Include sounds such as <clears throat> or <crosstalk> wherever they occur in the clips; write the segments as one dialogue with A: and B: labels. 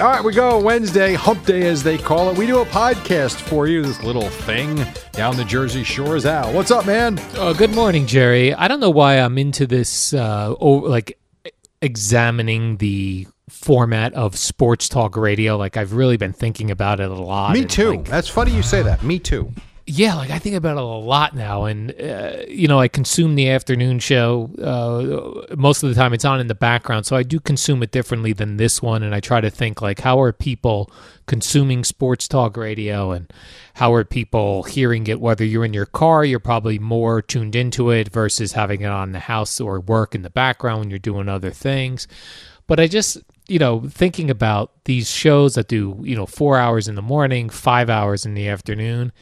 A: All right, we go Wednesday, hump day as they call it. We do a podcast for you, this little thing down the Jersey Shore is Al. What's up, man?
B: Uh, good morning, Jerry. I don't know why I'm into this, uh, over, like examining the format of sports talk radio. Like I've really been thinking about it a lot.
A: Me
B: and,
A: too.
B: like,
A: That's funny you say that. Me too.
B: yeah, like I think about it a lot now, and uh, you know, I consume the afternoon show. Uh, most of the time, it's on in the background, so I do consume it differently than this one. And I try to think like, how are people consuming sports talk radio, and how are people hearing it? Whether you're in your car, you're probably more tuned into it versus having it on the house or work in the background when you're doing other things. But I just, you know, thinking about these shows that do, you know, four hours in the morning, five hours in the afternoon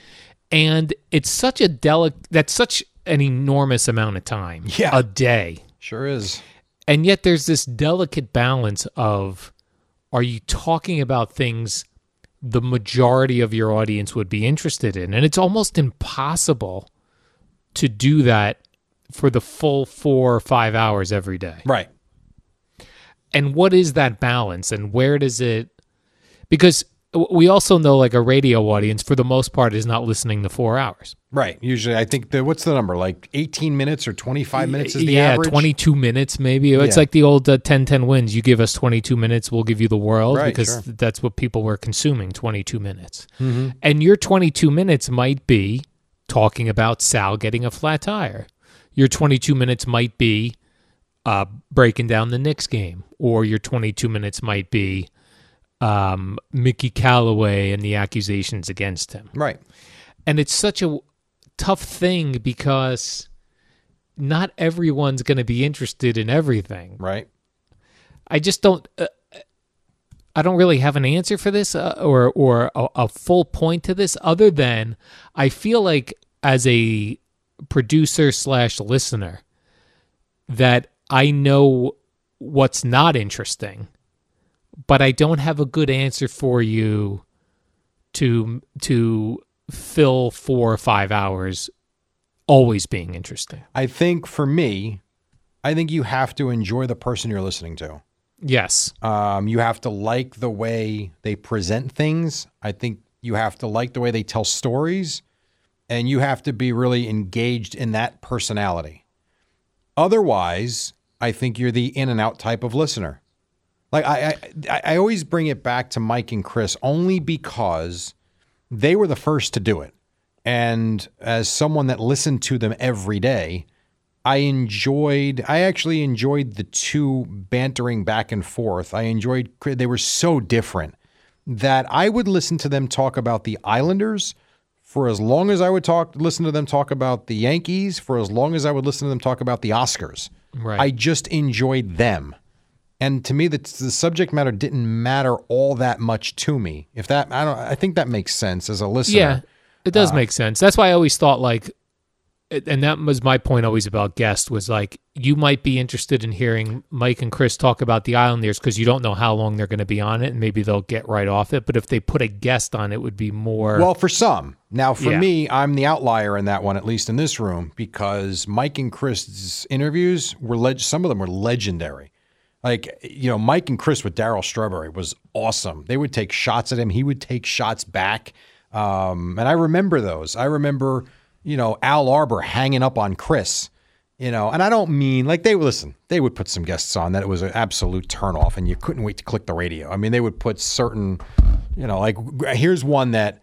B: and it's such a delicate that's such an enormous amount of time
A: Yeah.
B: a day
A: Sure is.
B: and yet there's this delicate balance of are you talking about things the majority of your audience would be interested in and it's almost impossible to do that for the full four or five hours every day
A: Right.
B: and what is that balance and where does it because w- we also know like a radio audience for the most part is not listening to four hours
A: Right. Usually, I think the what's the number? Like 18 minutes or 25 minutes is the
B: yeah,
A: average.
B: 22 minutes maybe. It's
A: Yeah.
B: like the old uh, 10 10 wins. You give us 22 minutes, we'll give you the world
A: Right,
B: because
A: sure. Mm-hmm.
B: that's what people were consuming 22 minutes. And your 22 minutes might be talking about Sal getting a flat tire. Your 22 minutes might be uh, breaking down the Knicks game, or your 22 minutes might be um, Mickey Callaway and the accusations against him
A: Right.
B: and it's such a w- tough thing because not everyone's going to be interested in everything.
A: Right.
B: I just don't. Uh, I don't really have an answer for this, uh, or or a, a full point to this, other than I feel like as a producer slash listener that I know what's not interesting, but I don't have a good answer for you to to fill four or five hours always being interesting.
A: I think for me, I think you have to enjoy the person you're listening to.
B: Yes.
A: Um, you have to like the way they present things. I think you have to like the way they tell stories, and you have to be really engaged in that personality. Otherwise, I think you're the in and out type of listener. Like I, I, I always bring it back to Mike and Chris only because they were the first to do it, and as someone that listened to them every day, I enjoyed. I actually enjoyed the two bantering back and forth. I enjoyed. They were so different that I would listen to them talk about the Islanders for as long as I would talk. Listen to them talk about the Yankees for as long as I would listen to them talk about the Oscars.
B: Right.
A: I just enjoyed them, and to me, the, the subject matter didn't matter all that much to me. If that, I don't. I think that Uh, makes sense as a listener.
B: Yeah, it does make sense. That's why I always thought like and that was my point always about guests was like you might be interested in hearing Mike and Chris talk about the Islanders because you don't know how long they're going to be on it and maybe they'll get right off it. But if they put a guest on, it would be more.
A: Well, for some. Now, for
B: Yeah.
A: me, I'm the outlier in that one, at least in this room, because Mike and Chris's interviews were leg- some of them were legendary. Like, you know, Mike and Chris with Daryl Strawberry was awesome. They would take shots at him, he would take shots back. Um, and I remember those. I remember, you know, Al Arbor hanging up on Chris. You know, and I don't mean like they listen. They would put some guests on that it was an absolute turnoff, and you couldn't wait to click the radio. I mean, they would put certain, you know, like here's one that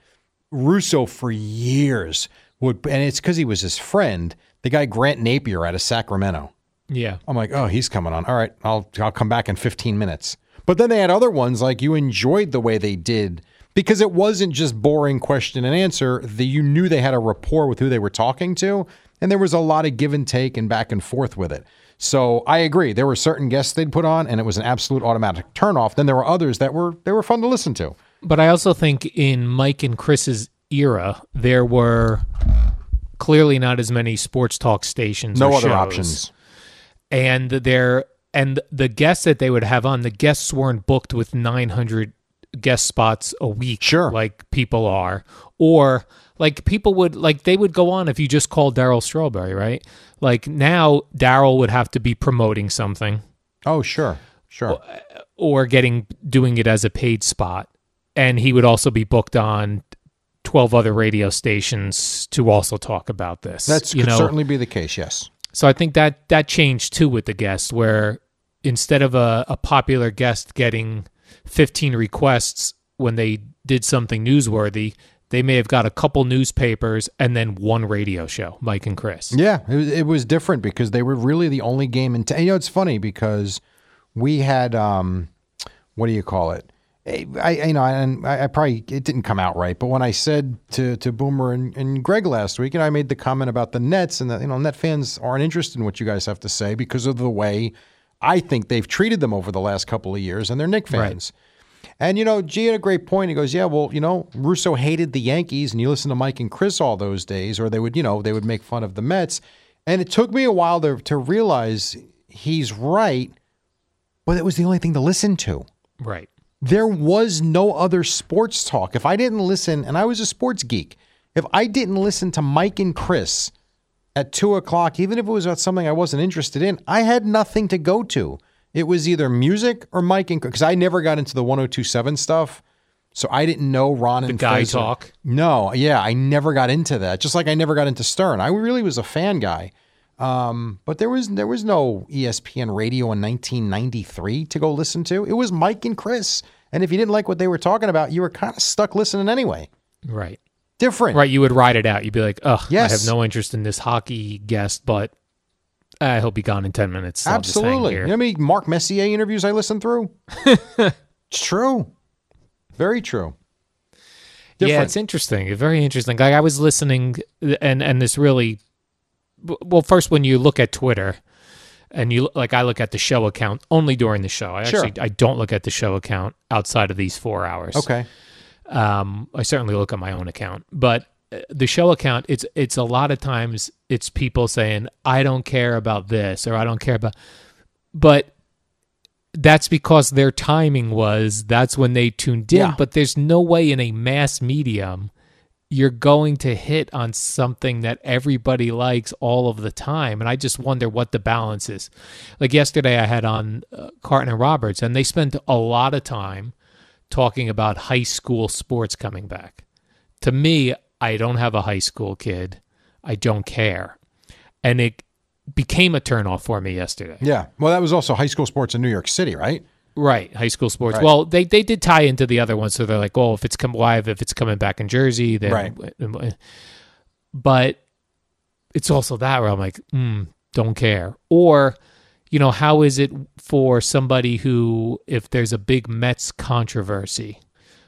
A: Russo for years would, and it's because he was his friend, the guy Grant Napier out of Sacramento.
B: yeah.
A: I'm like, oh, he's coming on. All right, I'll I'll come back in 15 minutes. But then they had other ones like you enjoyed the way they did because it wasn't just boring question and answer. The, you knew they had a rapport with who they were talking to, and there was a lot of give and take and back and forth with it. So I agree. There were certain guests they'd put on, and it was an absolute automatic turnoff. Then there were others that were they were fun to listen to.
B: But I also think in Mike and Chris's era, there were clearly not as many sports talk stations.
A: No
B: or
A: other
B: shows.
A: options.
B: and their and the guests that they would have on the guests weren't booked with 900 guest spots a week
A: Sure.
B: like people are or like people would like they would go on if you just called daryl strawberry right like now daryl would have to be promoting something
A: Oh, sure, sure.
B: or getting doing it as a paid spot and he would also be booked on 12 other radio stations to also talk about this
A: That's
B: you
A: could
B: know
A: certainly be the case. Yes.
B: So I think that that changed too with the guest, where instead of a, a popular guest getting 15 requests when they did something newsworthy, they may have got a couple newspapers and then one radio show, Mike and Chris.
A: Yeah, it was, it was different because they were really the only game in town. You know, it's funny because we had um, what do you call it? I, I you know, and I, I probably it didn't come out right, but when I said to to Boomer and, and Greg last week, and I made the comment about the Nets and that you know Net fans aren't interested in what you guys have to say because of the way I think they've treated them over the last couple of years, and they're Nick
B: Right.
A: fans. And you know, G had a great point. He goes, "Yeah, well, you know, Russo hated the Yankees, and you listen to Mike and Chris all those days, or they would, you know, they would make fun of the Mets." And it took me a while to to realize he's right, but it was the only thing to listen to.
B: Right.
A: There was no other sports talk. If I didn't listen, and I was a sports geek, if I didn't listen to Mike and Chris at two o'clock, even if it was about something I wasn't interested in, I had nothing to go to. It was either music or Mike and because I never got into the 1027 stuff. So I didn't know Ron
B: The
A: and
B: guy
A: Fraser.
B: talk.
A: No, yeah, I never got into that. Just like I never got into Stern. I really was a fan guy. Um, but there was there was no E ESPN radio in 1993 to go listen to. It was Mike and Chris. And if you didn't like what they were talking about, you were kind of stuck listening anyway.
B: Right.
A: Different.
B: Right. You would ride it out. You'd be like, ugh,
A: Yes.
B: I have no interest in this hockey guest, but uh, he'll be gone in 10 minutes. I'll just hang
A: Absolutely. You
B: here."
A: know how many Mark Messier interviews I
B: <laughs>
A: listened through? it's true. Very true.
B: Yeah,
A: Different.
B: it's interesting. Very interesting. Like I was listening, and and this really, well, first when you look at Twitter, and you like I look at the show account only during the show. I
A: Sure.
B: actually I don't look at the show account outside of these four hours.
A: Okay.
B: Um, I certainly look at my own account, but uh, the show account it's it's a lot of times it's people saying I don't care about this or I don't care about, but that's because their timing was that's when they tuned in.
A: Yeah.
B: But there's no way in a mass medium you're going to hit on something that everybody likes all of the time. And I just wonder what the balance is. Like yesterday, I had on uh, Carton and Roberts, and they spent a lot of time talking about high school sports coming back. To me, I don't have a high school kid. I don't care. And it became a turnoff for me yesterday.
A: Yeah. Well, that was also high school sports in New York City, right?
B: Right, high school sports. Well, they, they did tie into the other one, so they're like, well, if it's come live, if it's coming back in Jersey, then.
A: Right.
B: But it's also that where I'm like, mm, don't care. Or, you know, how is it for somebody who, if there's a big Mets controversy,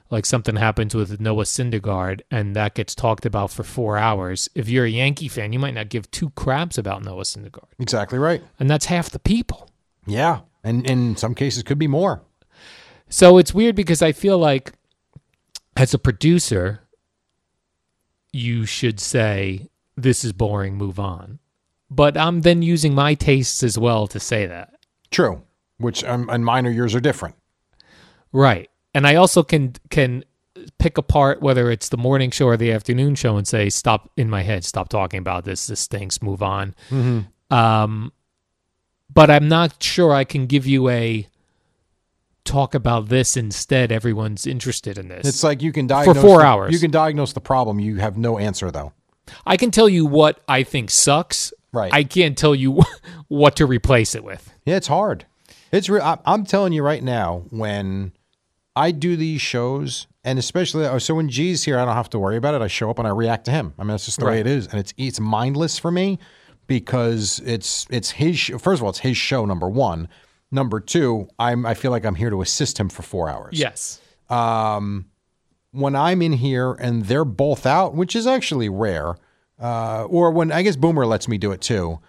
B: like something happens with Noah Syndergaard and that gets talked about for four hours, if you're a Yankee fan, you might not give two craps about Noah Syndergaard,
A: Exactly right.
B: and that's half the people.
A: Yeah. And in some cases could be more.
B: So it's weird because I feel like as a producer, you should say, this is boring, move on. But I'm then using my tastes as well to say that.
A: True. Which um, and mine or yours are different.
B: Right. And I also can can pick apart whether it's the morning show or the afternoon show and say stop in my head, stop talking about this. This stinks. Move on. Um, but I'm not sure I can give you a talk about this instead. Everyone's interested in this.
A: It's like you can diagnose
B: four
A: the-
B: hours.
A: You can diagnose the problem. You have no answer though.
B: I can tell you what I think sucks.
A: Right.
B: I can't tell you <laughs> what to replace it with.
A: Yeah, it's hard. It's real. I- I'm telling you right now, when I do these shows, and especially oh, so when G's here, I don't have to worry about it. I show up and I react to him. I mean, that's just the way
B: Right.
A: it is, and it's e, it's mindless for me because it's it's his. Sh- First of all, it's his show. Number one. Number two, I'm I feel like I'm here to assist him for four hours.
B: Yes.
A: when I'm in here and they're both out, which is actually rare, uh, or when I guess Boomer lets me do it too.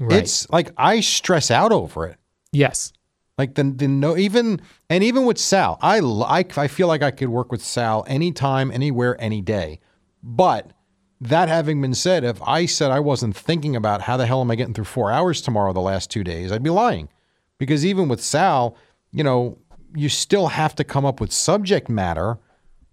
B: Right.
A: It's like I stress out over it.
B: yes.
A: Like the, the no even and even with Sal, I, l- I I feel like I could work with Sal anytime, anywhere, any day. But that having been said, if I said I wasn't thinking about how the hell am I getting through four hours tomorrow the last two days, I'd be lying. Because even with Sal, you know, you still have to come up with subject matter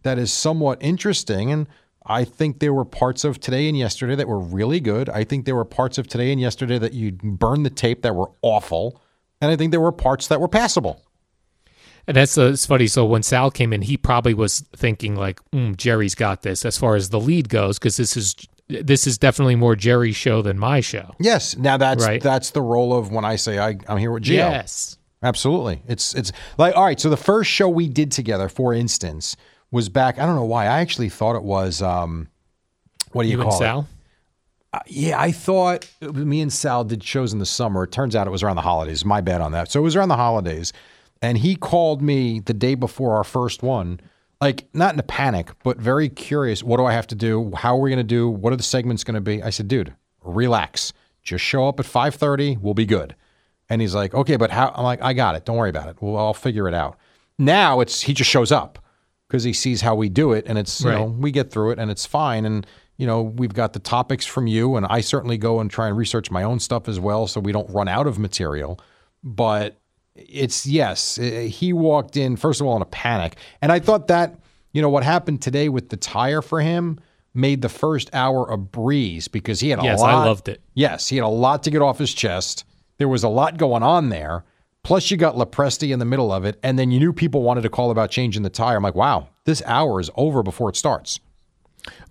A: that is somewhat interesting. And I think there were parts of today and yesterday that were really good. I think there were parts of today and yesterday that you burned the tape that were awful. And I think there were parts that were passable.
B: And that's uh, it's funny. So when Sal came in, he probably was thinking like, mm, "Jerry's got this" as far as the lead goes, because this is this is definitely more Jerry's show than my show.
A: Yes. Now that's
B: Right.
A: that's the role of when I say I, I'm here with Gio.
B: Yes.
A: Absolutely. It's it's like all right, so the first show we did together, for instance, was back I don't know why. I actually thought it was um what do you,
B: You and
A: call it?
B: Sal.
A: Yeah, I thought me and Sal did shows in the summer. It turns out it was around the holidays. My bad on that. So it was around the holidays. And he called me the day before our first one, like not in a panic, but very curious. What do I have to do? How are we going to do? What are the segments going to be? I said, dude, relax. Just show up at 5.30. We'll be good. And he's like, okay, but how? I'm like, I got it. Don't worry about it. Well, I'll figure it out. Now it's he just shows up because he sees how we do it, and it's you know
B: Right.
A: we get through it, and it's fine. And you know we've got the topics from you, and I certainly go and try and research my own stuff as well, so we don't run out of material. But it's yes, eh, he walked in first of all in a panic, and I thought that you know what happened today with the tire for him made the first hour a breeze because he had a
B: Yes, I
A: lot.
B: loved it.
A: Yes, he had a lot to get off his chest. There was a lot going on there. Plus, you got Lepresti in the middle of it, and then you knew people wanted to call about changing the tire. I'm like, wow, this hour is over before it starts.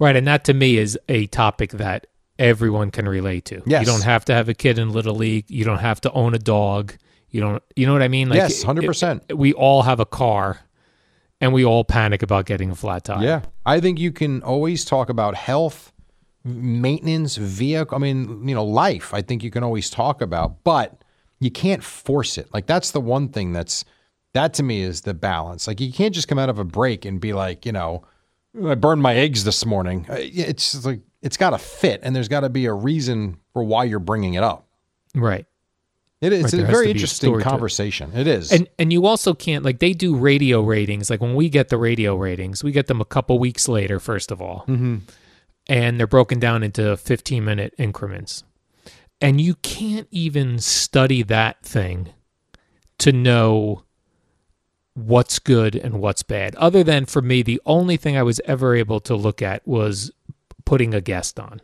B: Right, and that to me is a topic that everyone can relate to.
A: Yes.
B: You don't have to have a kid in little league. You don't have to own a dog. You don't. You know what I mean?
A: Yes, 100%.
B: it- We all have a car, and we all panic about getting a flat tire.
A: Yeah, I think you can always talk about health, maintenance, vehicle. I mean, you know, life. I think you can always talk about, but you can't force it. Like that's the one thing that's that to me is the balance. Like you can't just come out of a break and be like, you know, I burned my eggs this morning. Uh, yeah, It's just like it's got to fit, and there's got to be a reason for why you're bringing it up.
B: Right.
A: It
B: Right,
A: is it's
B: there
A: a
B: has to
A: very
B: be a
A: interesting
B: story to it.
A: conversation. It is.
B: And and you also can't like they do radio ratings. Like when we get the radio ratings, we get them a couple weeks later. First of all, mm-hmm. and they're broken down into fifteen minute increments, and you can't even study that thing to know what's good and what's bad. Other than for me, the only thing I was ever able to look at was putting a guest on.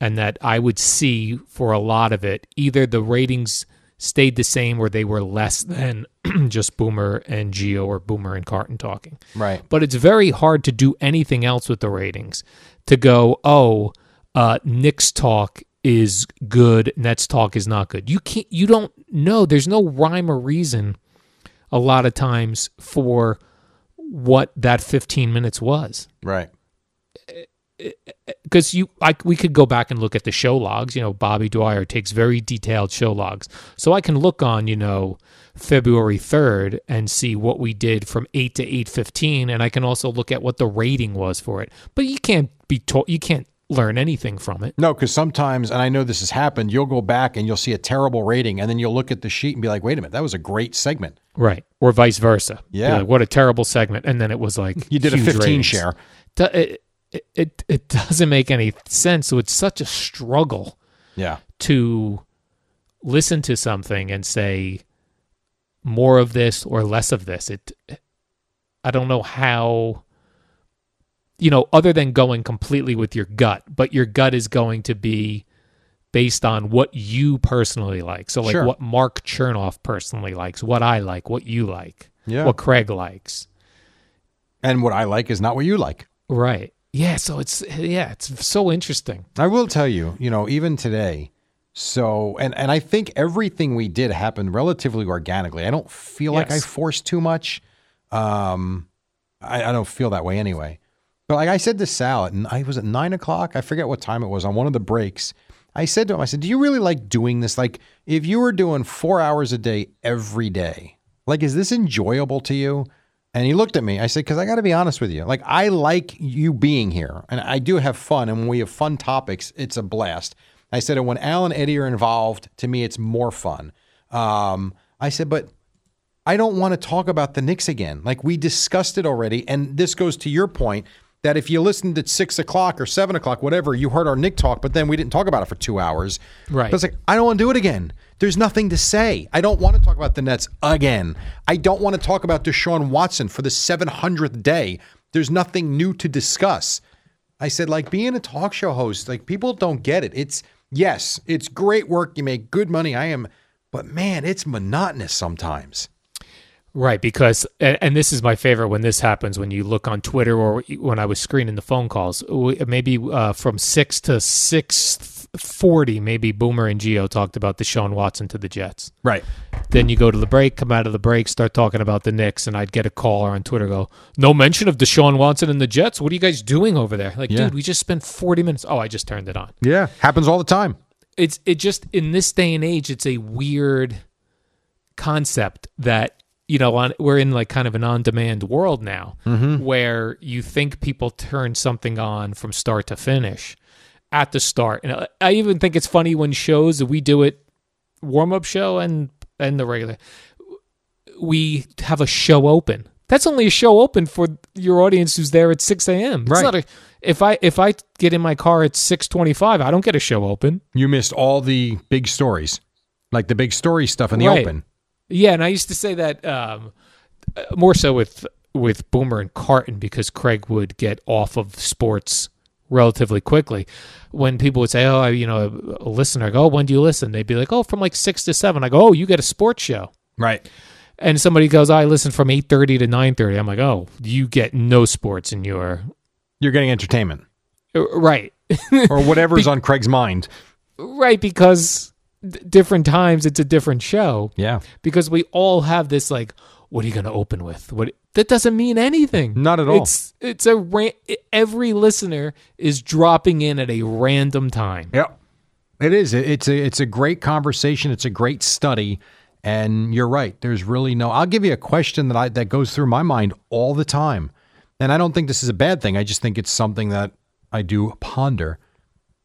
B: And that I would see for a lot of it, either the ratings stayed the same or they were less than <clears throat> just Boomer and Geo or Boomer and Carton talking.
A: right.
B: But it's very hard to do anything else with the ratings to go, oh, uh, Nick's talk is good, Nets talk is not good. You can't, you don't know. There's no rhyme or reason a lot of times for what that 15 minutes was.
A: Right.
B: Because you, I, we could go back and look at the show logs. You know, Bobby Dwyer takes very detailed show logs, so I can look on, you know, February third and see what we did from eight to eight fifteen, and I can also look at what the rating was for it. But you can't be taught, you can't learn anything from it.
A: No, because sometimes, and I know this has happened, you'll go back and you'll see a terrible rating, and then you'll look at the sheet and be like, wait a minute, that was a great segment.
B: Right. Or vice versa. Be
A: Yeah.
B: like, what a terrible segment. And then it was like
A: You did a
B: huge
A: 15
B: ratings.
A: share.
B: Th- it- it, it it doesn't make any sense. So it's such a struggle
A: Yeah.
B: to listen to something and say more of this or less of this. It I don't know how you know other than going completely with your gut, but your gut is going to be based on what you personally like. So like
A: Sure.
B: what Mark Chernoff personally likes, what I like, what you like,
A: Yeah.
B: what Craig likes.
A: And what I like is not what you like.
B: Right. Yeah, so it's yeah, it's so interesting.
A: I will tell you, you know, even today. So, and and I think everything we did happened relatively organically. I don't feel like I
B: Yes.
A: forced too much. Um, I, I don't feel that way anyway. But like I said to Sal, and I was at nine o'clock. I forget what time it was on one of the breaks. I said to him, I said, "Do you really like doing this? Like, if you were doing four hours a day every day, like, is this enjoyable to you?" And he looked at me. I said, "Because I got to be honest with you. Like, I like you being here, and I do have fun. And when we have fun topics, it's a blast." I said, "And when Al and Eddie are involved, to me, it's more fun." Um, I said, "But I don't want to talk about the Knicks again. Like we discussed it already. And this goes to your point that if you listened at six o'clock or seven o'clock, whatever, you heard our Nick talk, but then we didn't talk about it for two hours.
B: Right.
A: But it's like, I don't want to do it again. There's nothing to say. I don't want to talk about the Nets again. I don't want to talk about Deshaun Watson for the 700th day. There's nothing new to discuss. I said, like being a talk show host, like people don't get it. It's yes, it's great work. You make good money. I am, but man, it's monotonous sometimes.
B: Right, because and, and this is my favorite when this happens when you look on Twitter or when I was screening the phone calls. W- Maybe uh, from six to six forty, maybe Boomer and Geo talked about Deshaun Watson to the Jets.
A: Right.
B: Then you go to the break, come out of the break, start talking about the Knicks, and I'd get a caller on Twitter go, "No mention of Deshaun Watson and the Jets. What are you guys doing over there?" Like,
A: Yeah.
B: dude, we just spent forty minutes. Oh, I just turned it on.
A: Yeah. Happens all the time.
B: it's it just in this day and age it's a weird concept that you know on we're in like kind of an on-demand world now where you think people turn something on from start to finish at the start and I- i even think it's funny when shows we do it warm-up show and and the regular we have a show open. That's only a show open for your audience who's there at six a.m. It's
A: Right.
B: not a- if I if I get in my car at six twenty-five, I don't get a show open.
A: You missed all the big stories, like the big story stuff in the
B: Right.
A: open.
B: Yeah, and I used to say that um, uh, more so with with Boomer and Carton because Craig would get off of sports relatively quickly. When people would say, "Oh, I, you know, a, a listener," I go, "Oh, when do you listen?" They'd be like, "Oh, from like six to 7. I go, "Oh, you get a sports show."
A: Right.
B: and somebody goes, "I listen from eight thirty to 9.30. I'm like, "Oh, you get no sports in your uh,
A: You're getting <laughs> entertainment
B: right, <laughs>
A: or whatever's on Craig's mind.
B: right?" Because d- different times, it's a different show.
A: Yeah.
B: Because we all have this like, "What are you going to open with?" What that doesn't mean anything.
A: Not at all.
B: It's it's a ra- every listener is dropping in at a random time.
A: Yep. It is. It- It's a it's a great conversation. It's a great study. And you're right. There's really no I'll give you a question that I that goes through my mind all the time. And I don't think this is a bad thing. I just think it's something that I do ponder.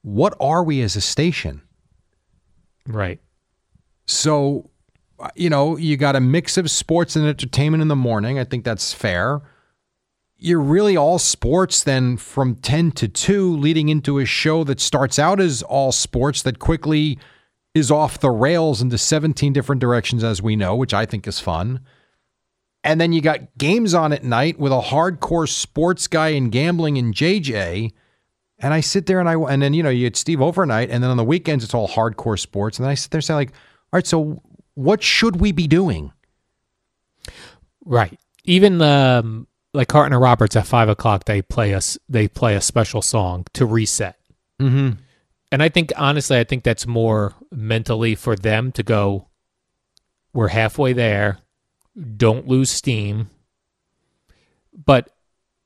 A: What are we as a station?
B: Right.
A: So, uh, you know, you got a mix of sports and entertainment in the morning. I think that's fair. You're really all sports then from 10 to 2, leading into a show that starts out as all sports that quickly is off the rails into 17 different directions, as we know, which I think is fun. And then you got games on at night with a hardcore sports guy and gambling and JJ. And I sit there and I and then you know you had Steve overnight, and then on the weekends it's all hardcore sports. And then I sit there saying like, all right, so what should we be doing?
B: Right. Even um, like Carton and Roberts at five o'clock, they play us. They play a special song to reset. Mm-hmm. And I think honestly, I think that's more mentally for them to go. We're halfway there. Don't lose steam. But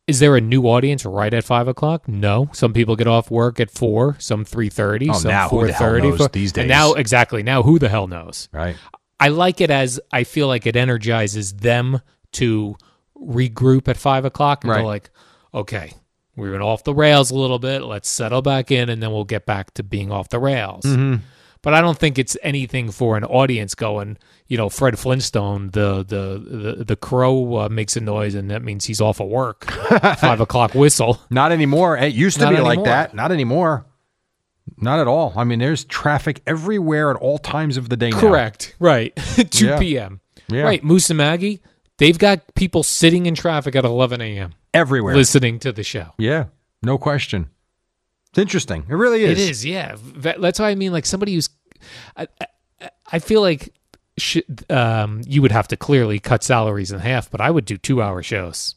B: is there a new audience right at five o'clock? No. Some people get off work at four. Some three thirty.
A: Oh,
B: some
A: now who
B: four
A: the hell
B: thirty.
A: knows these days?
B: And now exactly now, who the hell knows?
A: Right.
B: I like it as I feel like it energizes them to regroup at five o'clock and
A: Right.
B: go like, okay, we
A: Mm-hmm.
B: went off the rails a little bit. Let's settle back in, and then we'll get back to being off the rails. But I don't think it's anything for an audience going, you know, Fred Flintstone, the the the, the crow uh, makes a noise and that means he's off of
A: <laughs>
B: work. Five o'clock whistle.
A: Not anymore. It used to
B: Not
A: be like
B: anymore.
A: that. Not anymore. Not at all. I mean, there's traffic everywhere at all times of the day. now.
B: Correct. Right. <laughs> 2
A: Yeah.
B: p.m.
A: Yeah.
B: Right. Moose and Maggie, they've got people sitting in traffic at 11 a.m.
A: Everywhere.
B: listening to the show.
A: Yeah. No question. It's interesting. It really is.
B: It is, yeah. That- That's why I mean, like somebody who's, I, I, I feel like, sh- um, you would have to clearly cut salaries in half, but I would do two-hour shows.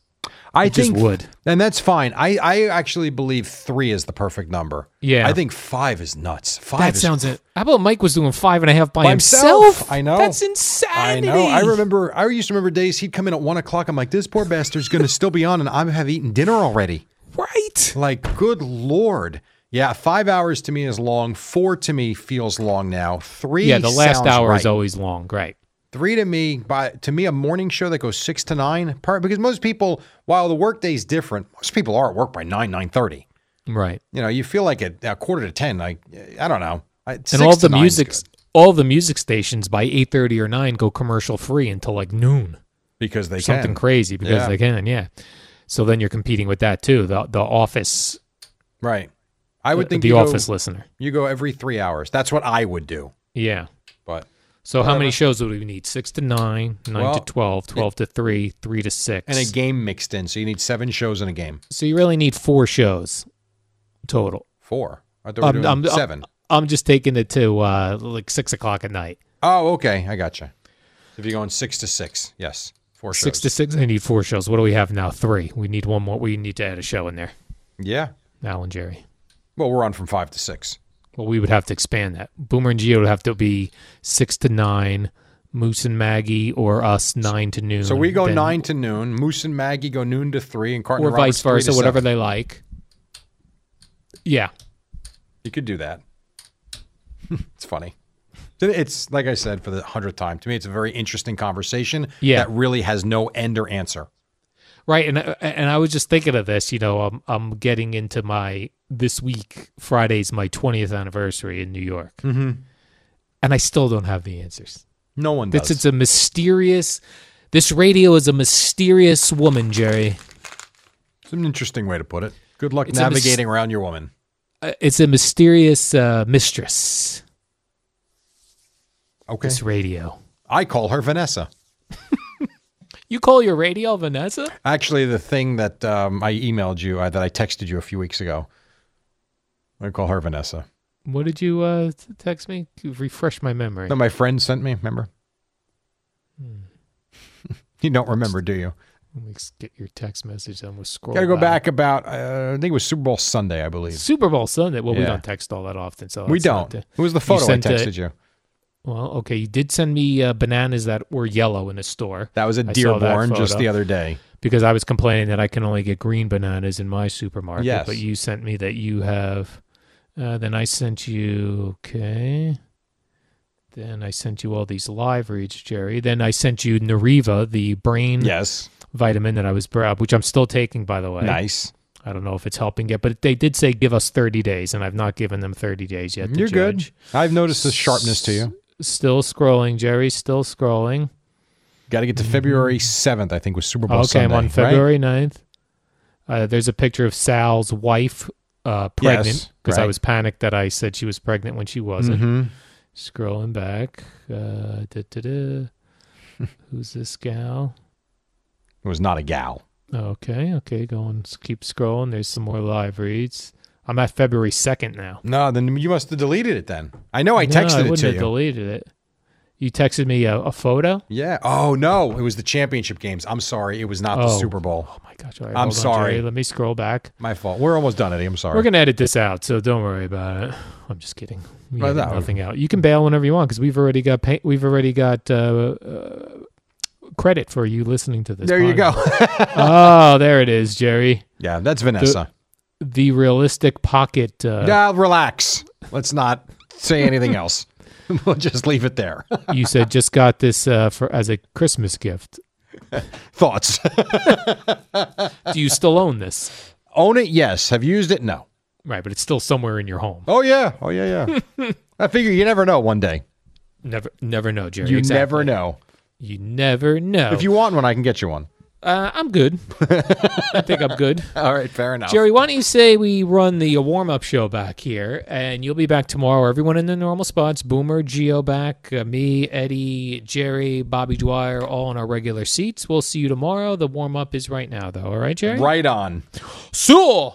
A: I
B: It just
A: think
B: would.
A: and that's fine. I I actually believe three is the perfect number.
B: Yeah.
A: I think five is nuts. Five.
B: That
A: is
B: sounds it. How about Mike was doing five and a half by,
A: By
B: himself?
A: himself. I know.
B: That's
A: I
B: insanity.
A: know. I remember. I used to remember days he'd come in at one o'clock. I'm like, this poor bastard's going to still be on, and I have eaten dinner already.
B: Right.
A: Like, good lord. Yeah, five hours to me is long. Four to me feels long now. Three.
B: Yeah, the last
A: sounds
B: hour
A: right.
B: is always long. Right.
A: Three to me, by to me, a morning show that goes six to nine. Part because most people, while the workday's different, most people are at work by nine nine thirty.
B: Right.
A: You know, you feel like at a quarter to ten. Like I don't know. I- six
B: And all
A: to
B: the
A: nine's
B: music,
A: good
B: all the music stations by eight thirty or nine go commercial free until like noon.
A: because they
B: something
A: can.
B: crazy because
A: Yeah.
B: they can. Yeah. So then you're competing with that too. The the office.
A: right. I would think
B: uh, the
A: you go-
B: office listener.
A: you go every three hours. That's what I would do.
B: Yeah.
A: But
B: So how many shows would we need? Six to nine, nine
A: Well,
B: to 12, 12 to three, three to six.
A: and a game mixed in, so you need seven shows in a game.
B: So you really need four shows total.
A: Four. I thought we were doing seven.
B: I'm, I'm just taking it to uh, like six o'clock at night.
A: oh, okay. I gotcha. So if you're going six to six, yes, four shows.
B: Six to six. I need four shows. What do we have now? Three. We need one more. We need to add a show in there.
A: Yeah.
B: Alan Jerry.
A: Well, we're on from five to six.
B: Well, we would have to expand that. Boomer and Geo would have to be six to nine, Moose and Maggie, or us nine to noon.
A: So we go
B: then-
A: nine to noon. Moose and Maggie go noon to three, and Carton
B: or
A: and Roberts
B: vice versa,
A: three to
B: whatever
A: seven.
B: they like. Yeah,
A: You could do <laughs> that. it's funny. It's like I said for the hundredth time. To me, it's a very interesting conversation
B: Yeah.
A: that really has no end or answer.
B: right. And I- and I was just thinking of this. You know, I'm I'm getting into my this week. Friday's my 20th anniversary in New York, mm-hmm. and I still don't have the answers.
A: No one does.
B: It's it's a mysterious. This radio is a mysterious woman, Jerry.
A: It's an interesting way to put it. Good luck
B: It's a mis-
A: navigating around your woman.
B: Uh, It's a mysterious uh, mistress.
A: Okay.
B: This radio.
A: I call her Vanessa.
B: You call your radio Vanessa?
A: Actually, the thing that um, I emailed you, uh, that I texted you a few weeks ago, I call her Vanessa.
B: What did you uh, t- text me? To refresh my memory.
A: That my friend sent me, remember?
B: Hmm.
A: <laughs> you don't remember, do you?
B: Let me s- get your text message. I'm gonna scroll.
A: Got to go back about, uh, I think it was Super Bowl Sunday, I believe.
B: Super Bowl Sunday. Well, we
A: Yeah.
B: don't text all that often, so
A: we
B: it's not
A: don't.
B: the-
A: It was the photo I
B: sent a-
A: texted you.
B: well, okay, you did send me uh, bananas that were yellow in a store.
A: That was
B: a
A: at Dearborn just the other day.
B: because I was complaining that I can only get green bananas in my supermarket.
A: Yes.
B: but you sent me that you have. Uh, then I sent you okay. Then I sent you all these live reads, Jerry. Then I sent you Nariva, the brain
A: Yes.
B: vitamin that I was brought, which I'm still taking, by the way.
A: Nice.
B: I don't know if it's helping yet, but they did say give us 30 days, and I've not given them 30 days yet. to
A: Mm, You're
B: judge.
A: good. I've noticed the sharpness to you.
B: Still scrolling, Jerry. Still scrolling.
A: Got to get to February 7th, I think, was Super Bowl
B: Mm-hmm. Oh, okay,
A: Sunday.
B: I'm on
A: right?
B: February 9th. Uh, there's a picture of Sal's wife uh, pregnant
A: Yes,
B: because I
A: right. Mm-hmm.
B: was panicked that I said she was pregnant when she wasn't. Scrolling back. Uh, da, da,
A: <laughs>
B: da. Who's this gal?
A: It was not a gal.
B: Okay, okay. Going, s- keep scrolling. There's some more live reads. I'm at February 2nd now.
A: No, then you must have deleted it then. I know Oh, I texted
B: no, I
A: it
B: wouldn't
A: to
B: have
A: you.
B: deleted it. You texted me a, a photo.
A: yeah. Oh no, it was the championship games. I'm sorry, it was not the
B: Oh.
A: Super Bowl.
B: Oh my gosh! all right, hold
A: I'm
B: on,
A: sorry.
B: Jerry. Let me scroll back.
A: My fault. We're almost done, Eddie. I'm sorry.
B: We're gonna edit this out, so don't worry about it. I'm just kidding. We
A: Well,
B: edit
A: no.
B: nothing out. You can bail whenever you want because we've already got pay- we've already got uh, uh, credit for you listening to this.
A: there you go. <laughs>
B: podcast. oh, there it is, Jerry.
A: yeah, that's Vanessa.
B: The realistic pocket.
A: <laughs>
B: Uh,
A: yeah, relax. Let's not say anything else. <laughs> we'll just leave it there. <laughs>
B: you said just got this uh, for as a Christmas gift.
A: Thoughts? <laughs>
B: Do you still own this?
A: Own it? Yes. Have you used it? No.
B: Right, but it's still somewhere in your home.
A: Oh yeah. Oh yeah,
B: <laughs>
A: yeah. I figure you never know one day.
B: Never, never know, Jerry.
A: You
B: exactly.
A: never know.
B: You never know.
A: If you want one, I can get you one.
B: uh, I'm
A: <laughs>
B: good. I think I'm good.
A: All right, fair enough.
B: Jerry, why don't you say we run the warm up show back here, and you'll be back tomorrow. Everyone in the normal spots Boomer, Geo back, uh, me, Eddie, Jerry, Bobby Dwyer, all in our regular seats. We'll see you tomorrow. The warm up is right now, though. All right, Jerry?
A: Right on.
B: So.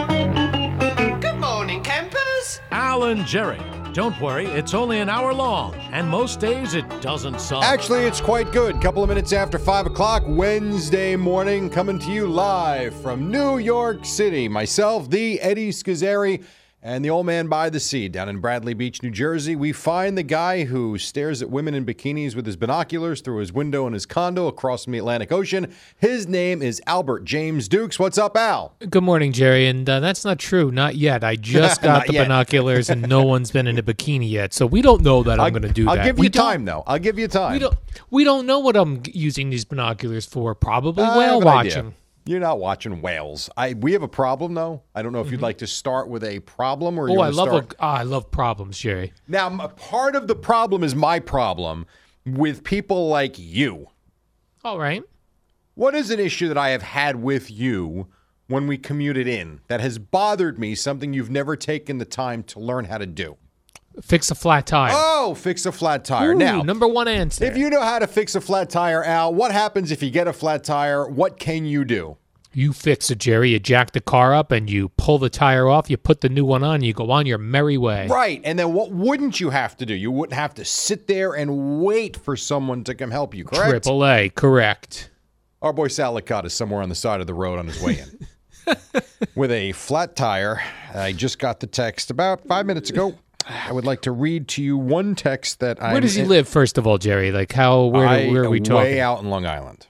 C: Good morning, campers.
D: Alan Jerry. Don't worry, it's only an hour long, and most days it doesn't suck.
A: Actually, it's quite good. Couple of minutes after five o'clock, Wednesday morning, coming to you live from New York City. Myself, the Eddie Scazzeri, and the old man by the sea down in Bradley Beach, New Jersey. We find the guy who stares at women in bikinis with his binoculars through his window in his condo across from the Atlantic Ocean. His name is Albert James Dukes. What's up, Al?
B: Good morning, Jerry. And uh, that's not true. Not yet. I
A: <laughs>
B: just got
A: Not
B: the
A: yet.
B: binoculars, and no one's been in a bikini yet. So we don't know that I'm going to do
A: I'll
B: that.
A: give you
B: we don't-
A: time, though. I'll give you time.
B: We don't. We don't know what I'm g- using these binoculars for. Probably
A: I
B: whale
A: have an idea.
B: watching.
A: You're not watching whales. I we have a problem though. I don't know if you'd like to start with a problem or you
B: Mm-hmm. Oh, I
A: want
B: love. A,
A: start.
B: ah, I love problems, Jerry.
A: Now, m- part of the problem is my problem with people like you.
B: All right.
A: What is an issue that I have had with you when we commuted in that has bothered me? Something you've never taken the time to learn how to do.
B: Fix a flat tire.
A: Oh, fix a flat tire.
B: Ooh,
A: now,
B: number one answer.
A: if you know how to fix a flat tire, Al, what happens if you get a flat tire? What can you do?
B: You fix it, Jerry. You jack the car up and you pull the tire off. You put the new one on. You go on your merry way.
A: Right. And then what wouldn't you have to do? You wouldn't have to sit there and wait for someone to come help you, correct?
B: Triple A. Correct.
A: Our boy Salicott is somewhere on the side of the road on his way in.
B: <laughs>
A: With a flat tire, I just got the text about five minutes ago. I would like to read to you one text that I.
B: Where does he live, first of all, Jerry? Like how? Where? do- where are we talking?
A: Way out in Long Island.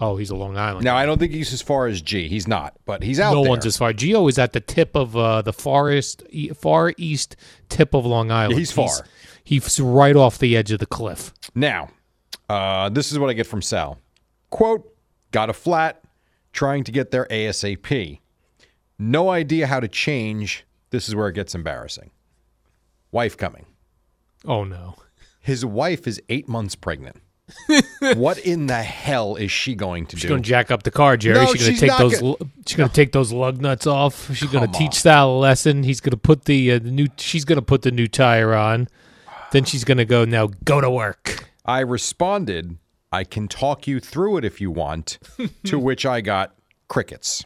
B: Oh, he's a Long Island.
A: Now I don't think he's as far as G. He's not, but he's out
B: no
A: there.
B: one's as far. Geo is at the tip of uh, the forest, e- far east tip of Long Island.
A: he's far.
B: He's, he's right off the edge of the cliff.
A: Now, uh, this is what I get from Sal. Quote, got a flat, trying to get there ASAP. No idea how to change. This is where it gets embarrassing. Wife coming.
B: Oh no!
A: His wife is eight
B: <laughs>
A: months pregnant. what in the hell is she going to
B: She's
A: do?
B: gonna jack up the car, Jerry.
A: No,
B: she's gonna
A: she's
B: take
A: not
B: those.
A: gonna-
B: lu- she's gonna take those lug nuts off. She's gonna teach Sal a lesson. He's gonna put the, uh, the new. She's gonna put the new tire on. Then she's gonna go. Now go to work.
A: I responded, I can talk you through it if
B: <laughs>
A: you want, to which I got crickets.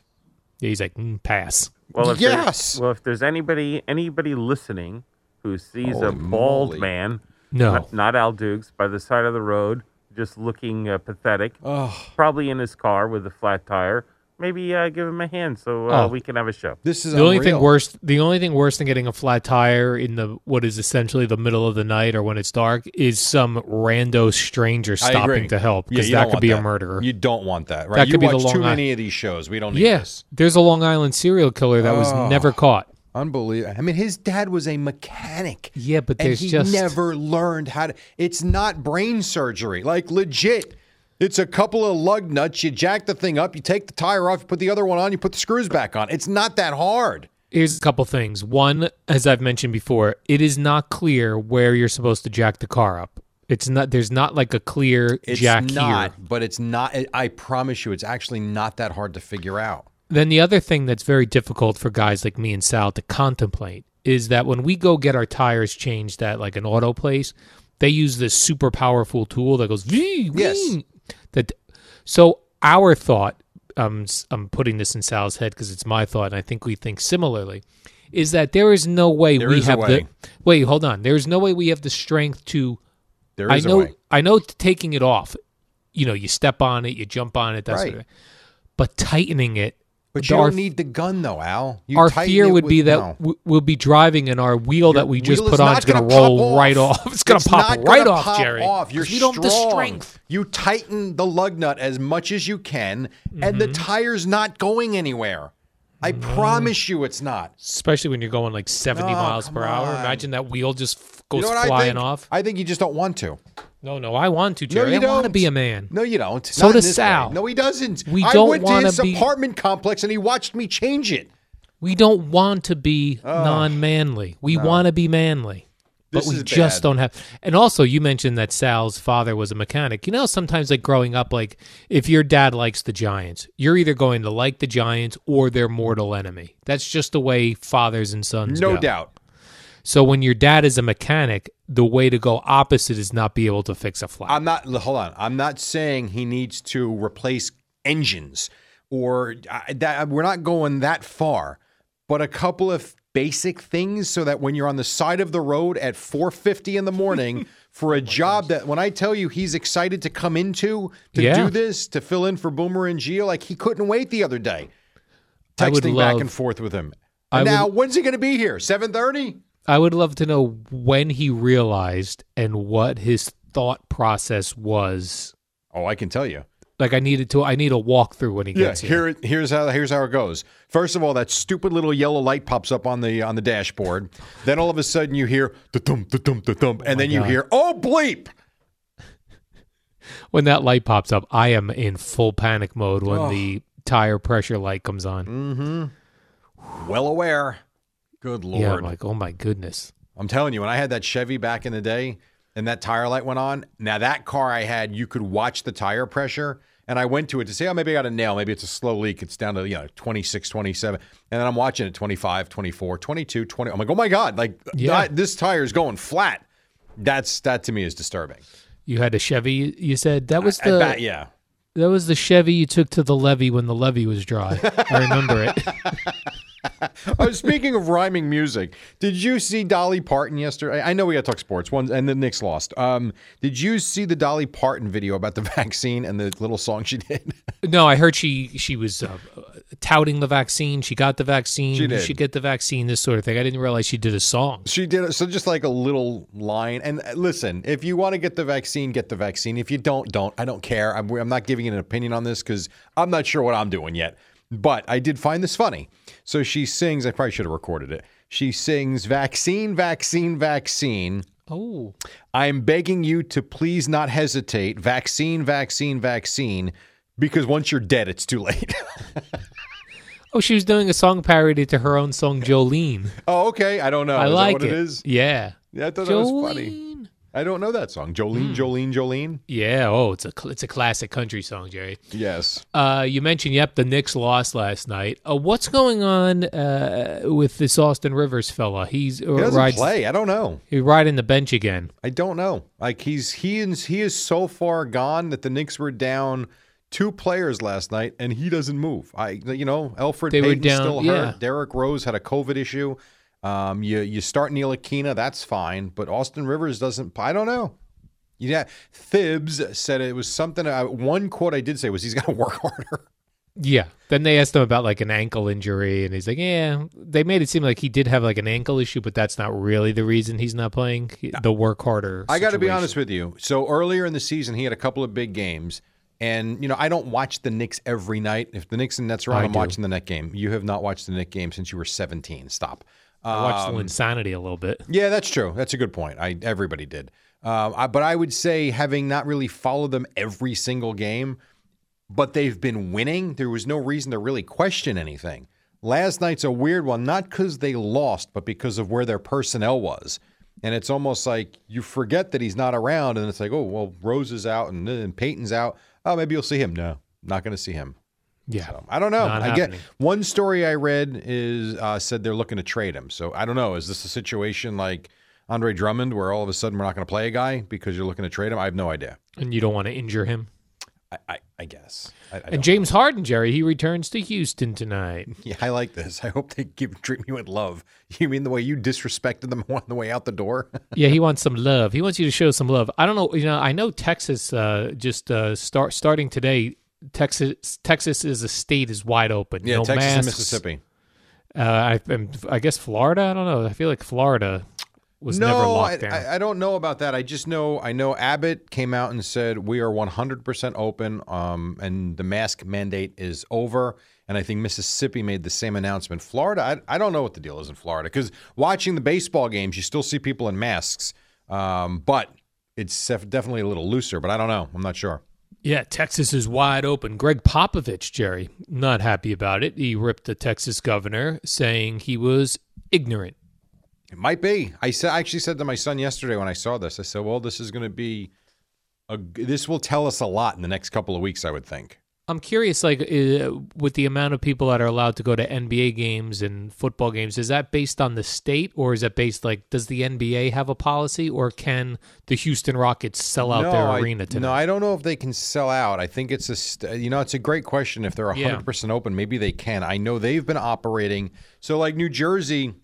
B: He's like mm, pass.
E: Well, if
A: Yes.
E: There's, well, if there's anybody anybody listening who sees a
A: Holy
E: bald
A: moly.
E: man,
B: No.
E: not, not Al Dukes, by the side of the road, just looking uh, pathetic, probably in his car with a flat tire, maybe uh, give him a hand so uh,
B: Oh.
E: we can have a show.
A: This is
B: The only thing
A: unreal.
B: worse, the only thing worse than getting a flat tire in the what is essentially the middle of the night or when it's dark is some rando stranger
A: I
B: stopping
A: agree.
B: to help
A: Yeah,
B: because
A: you don't
B: that could
A: want
B: be a murderer.
A: You don't want that, right?
B: That
A: you
B: could be the
A: watch too
B: Long Isl-
A: many of these shows. We don't need
B: yes,
A: this.
B: there's a Long Island serial killer that was never caught.
A: Unbelievable. I mean, his dad was a mechanic.
B: Yeah, but
A: and
B: there's
A: he
B: just-
A: never learned how to. It's not brain surgery, like legit. It's a couple of lug nuts. You jack the thing up, you take the tire off, you put the other one on, you put the screws back on. It's not that hard.
B: Here's a couple things. One, as I've mentioned before, it is not clear where you're supposed to jack the car up. It's not. There's not like a clear
A: It's
B: jack
A: not,
B: here.
A: but it's not. I- I promise you, it's actually not that hard to figure out.
B: Then the other thing that's very difficult for guys like me and Sal to contemplate is that when we go get our tires changed at like an auto place, they use this super powerful tool that goes vee,
A: Yes.
B: wee. That so our thought, um, s- I'm putting this in Sal's head because it's my thought, and I think we think similarly, is that there is no way
A: There
B: we
A: is a
B: have
A: way.
B: the wait. Hold on, there is no way we have the strength to
A: There
B: I
A: is
B: know.
A: a way.
B: I know. t- Taking it off, you know, you step on it, you jump on it, that's
A: Right.
B: right. But tightening it.
A: But you
B: our,
A: don't need the gun though, Al. You
B: our
A: tighten
B: fear
A: it
B: would
A: with-
B: be that
A: no.
B: w- we'll be driving and our wheel that we just
A: Wheel
B: put
A: is
B: on
A: not
B: is going
A: gonna
B: to
A: pop
B: roll right off. It's going to pop
A: not
B: right
A: gonna
B: off,
A: pop
B: Jerry.
A: Off.
B: 'cause
A: You're
B: we don't have the
A: strong.
B: strength.
A: You tighten the lug nut as much as you can, and
B: Mm-hmm.
A: the tire's not going anywhere. I promise you, it's not.
B: Especially when you're going like 70
A: No,
B: miles per
A: come
B: hour.
A: on.
B: Imagine that wheel just f- goes
A: You know what I
B: flying
A: think?
B: off.
A: I think you just don't want to.
B: No, no, I want to,
A: No,
B: Jerry.
A: you
B: I want to
A: don't.
B: be a man.
A: No, you don't.
B: So
A: Not in
B: does
A: this
B: Sal.
A: way. No, he doesn't.
B: We
A: I
B: don't
A: went to
B: wanna
A: his
B: be-
A: apartment complex and he watched me change it.
B: We don't want to be non-manly. We want to be manly. But
A: This
B: we
A: is
B: just
A: bad.
B: don't have. And also, you mentioned that Sal's father was a mechanic. You know, sometimes like growing up, like if your dad likes the Giants, you're either going to like the Giants or their mortal enemy. That's just the way fathers and sons.
A: No
B: go.
A: doubt.
B: So when your dad is a mechanic, the way to go opposite is not be able to fix a flat.
A: I'm not. l- Hold on. I'm not saying he needs to replace engines or I that. We're not going that far, but a couple of basic things so that when you're on the side of the road at 4:50 in
B: <laughs>
A: the morning for a job that when I tell you he's excited to come into to
B: Yeah.
A: do this to fill in for Boomer and Gio, like he couldn't wait the other day,
B: I would
A: texting back
B: love-
A: and forth with him.
B: I
A: And
B: would-
A: now when's he going to be here? 7:30.
B: I would love to know when he realized and what his thought process was.
A: Oh, I can tell you.
B: Like I needed to. I need a walkthrough when he
A: Yeah,
B: gets
A: here it- here's how here's how it goes. First of all, that stupid little yellow light pops up on the on the dashboard. then all of a sudden you hear the thump the thump the thump, and then you
B: God.
A: hear oh bleep.
B: when that light pops up, I am in full panic mode when the tire pressure light comes on.
A: Mm. Well aware. Good lord.
B: Yeah, I'm like, oh my goodness.
A: I'm telling you, when I had that Chevy back in the day, and that tire light went on. Now that car I had, you could watch the tire pressure. And I went to it to say, oh, maybe I got a nail. Maybe it's a slow leak. It's down to, you know, 26, 27. And then I'm watching it 25, 24, 22, 20. I'm like, oh my God, like
B: Yeah.
A: that- this tire is going flat. That's, that to me is disturbing.
B: You had a Chevy. You said that was
A: I
B: the
A: bet, yeah.
B: that was the Chevy you took to the levee when the levee was dry. I remember it.
A: <laughs> Oh, speaking of rhyming music, did you see Dolly Parton yesterday? I know we got to talk sports one, and the Knicks lost. Um, did you see the Dolly Parton video about the <laughs> vaccine and the little song she did?
B: No, I heard she she was uh, touting the vaccine. She got the vaccine.
A: She
B: You
A: did.
B: should get the vaccine. This sort of thing. I didn't realize she did a song.
A: She did it. So just like a little line. And uh, listen, if you want to get the vaccine, get the vaccine. If you don't, don't. I don't care. I'm, I'm not giving an opinion on this because I'm not sure what I'm doing yet. But I did find this funny. So she sings, I probably should have recorded it. She sings, vaccine, vaccine, vaccine.
B: Oh,
A: I'm begging you to please not hesitate. Vaccine, vaccine, vaccine. Because once you're dead, it's too late. <laughs>
B: oh, she was doing a song parody to her own song Jolene.
A: oh, okay. I don't know.
B: I
A: is
B: like
A: that what it is?
B: Yeah,
A: Yeah, I thought that was funny.
B: Jolene. Hmm.
A: I don't know that song. Jolene, Jolene, Jolene.
B: Yeah. Oh, it's a cl- it's a classic country song, Jerry.
A: Yes.
B: Uh, you mentioned, yep, the Knicks lost last night. Uh, what's going on uh, with this Austin Rivers fella? He's uh,
A: He doesn't
B: rides,
A: play. I don't know.
B: He's riding the bench again.
A: I don't know. Like he's he is he is so far gone that the Knicks were down two players last night, and he doesn't move. I you know Alfred
B: They were
A: Payton's
B: down-
A: still
B: yeah.
A: hurt. Derrick Rose had a COVID issue. Um, you you start Neil Aquina, that's fine, but Austin Rivers doesn't. I don't know. Yeah, Thibs said it was something. I, one quote I did say was he's got to <laughs> work harder.
B: Yeah. Then they asked him about like an ankle injury, and he's like, yeah. They made it seem like he did have like an ankle issue, but that's not really the reason he's not playing. He- The work harder.
A: I got to be
B: situation.
A: honest with you. So earlier in the season, he had a couple of big games, and you know I don't watch the Knicks every night. If the Knicks and Nets are on,
B: I
A: I'm
B: do.
A: watching the Net game. You have not watched the Knicks game since you were 17. Stop. Um,
B: I watched the insanity a little bit.
A: Yeah, that's true. That's a good point. I everybody did, um, I, but I would say having not really followed them every single game, but they've been winning. There was no reason to really question anything. Last night's a weird one, not because they lost, but because of where their personnel was. And it's almost like you forget that he's not around, and it's like, oh well, Rose is out and, uh, and Peyton's out. Oh, maybe you'll see him. No, not going to see him.
B: Yeah.
A: So, I don't know.
B: Not
A: I get
B: happening.
A: one story I read is uh, said they're looking to trade him. So I don't know. Is this a situation like Andre Drummond, where all of a sudden we're not going to play a guy because you're looking to trade him? I have no idea.
B: And you don't want to injure him.
A: I, I, I guess. I, I
B: and
A: don't-
B: James Harden, Jerry, he returns to Houston tonight.
A: Yeah, I like this. <laughs> I hope they give treat me with love. <laughs> You mean the way you disrespected them <laughs> on the way out the door?
B: yeah, he wants some love. He wants you to show some love. I don't know. You know, I know Texas. Uh, just uh, start starting today. Texas, Texas is a state is wide open.
A: <laughs> Yeah,
B: no
A: Texas and
B: masks.
A: Mississippi.
B: Uh, I, I'm- I guess Florida. I don't know. I feel like Florida was
A: no,
B: never
A: I,
B: locked down.
A: I, I don't know about that. I just know I know Abbott came out and said we are 100% open, um, and the mask mandate is over. And I think Mississippi made the same announcement. Florida, I, I don't know what the deal is in Florida because watching the baseball games, you still see people in masks, um, but it's def- definitely a little looser. But I don't know. I'm not sure.
B: Yeah, Texas is wide open. Greg Popovich, Jerry, not happy about it. He ripped the Texas governor, saying he was ignorant.
A: It might be. I said. I actually said to my son yesterday when I saw this. I said, "Well, this is going to be a. g- This will tell us a lot in the next couple of weeks. I would think.
B: I'm curious, like, uh, with the amount of people that are allowed to go to NBA games and football games, is that based on the state or is that based, like, does the NBA have a policy or can the Houston Rockets sell out their
A: I-
B: arena tonight?
A: No, I don't know if they can sell out. I think it's a. St- you know, it's a great question. If they're
B: Yeah.
A: hundred percent open, maybe they can. I know they've been operating. So, like New Jersey,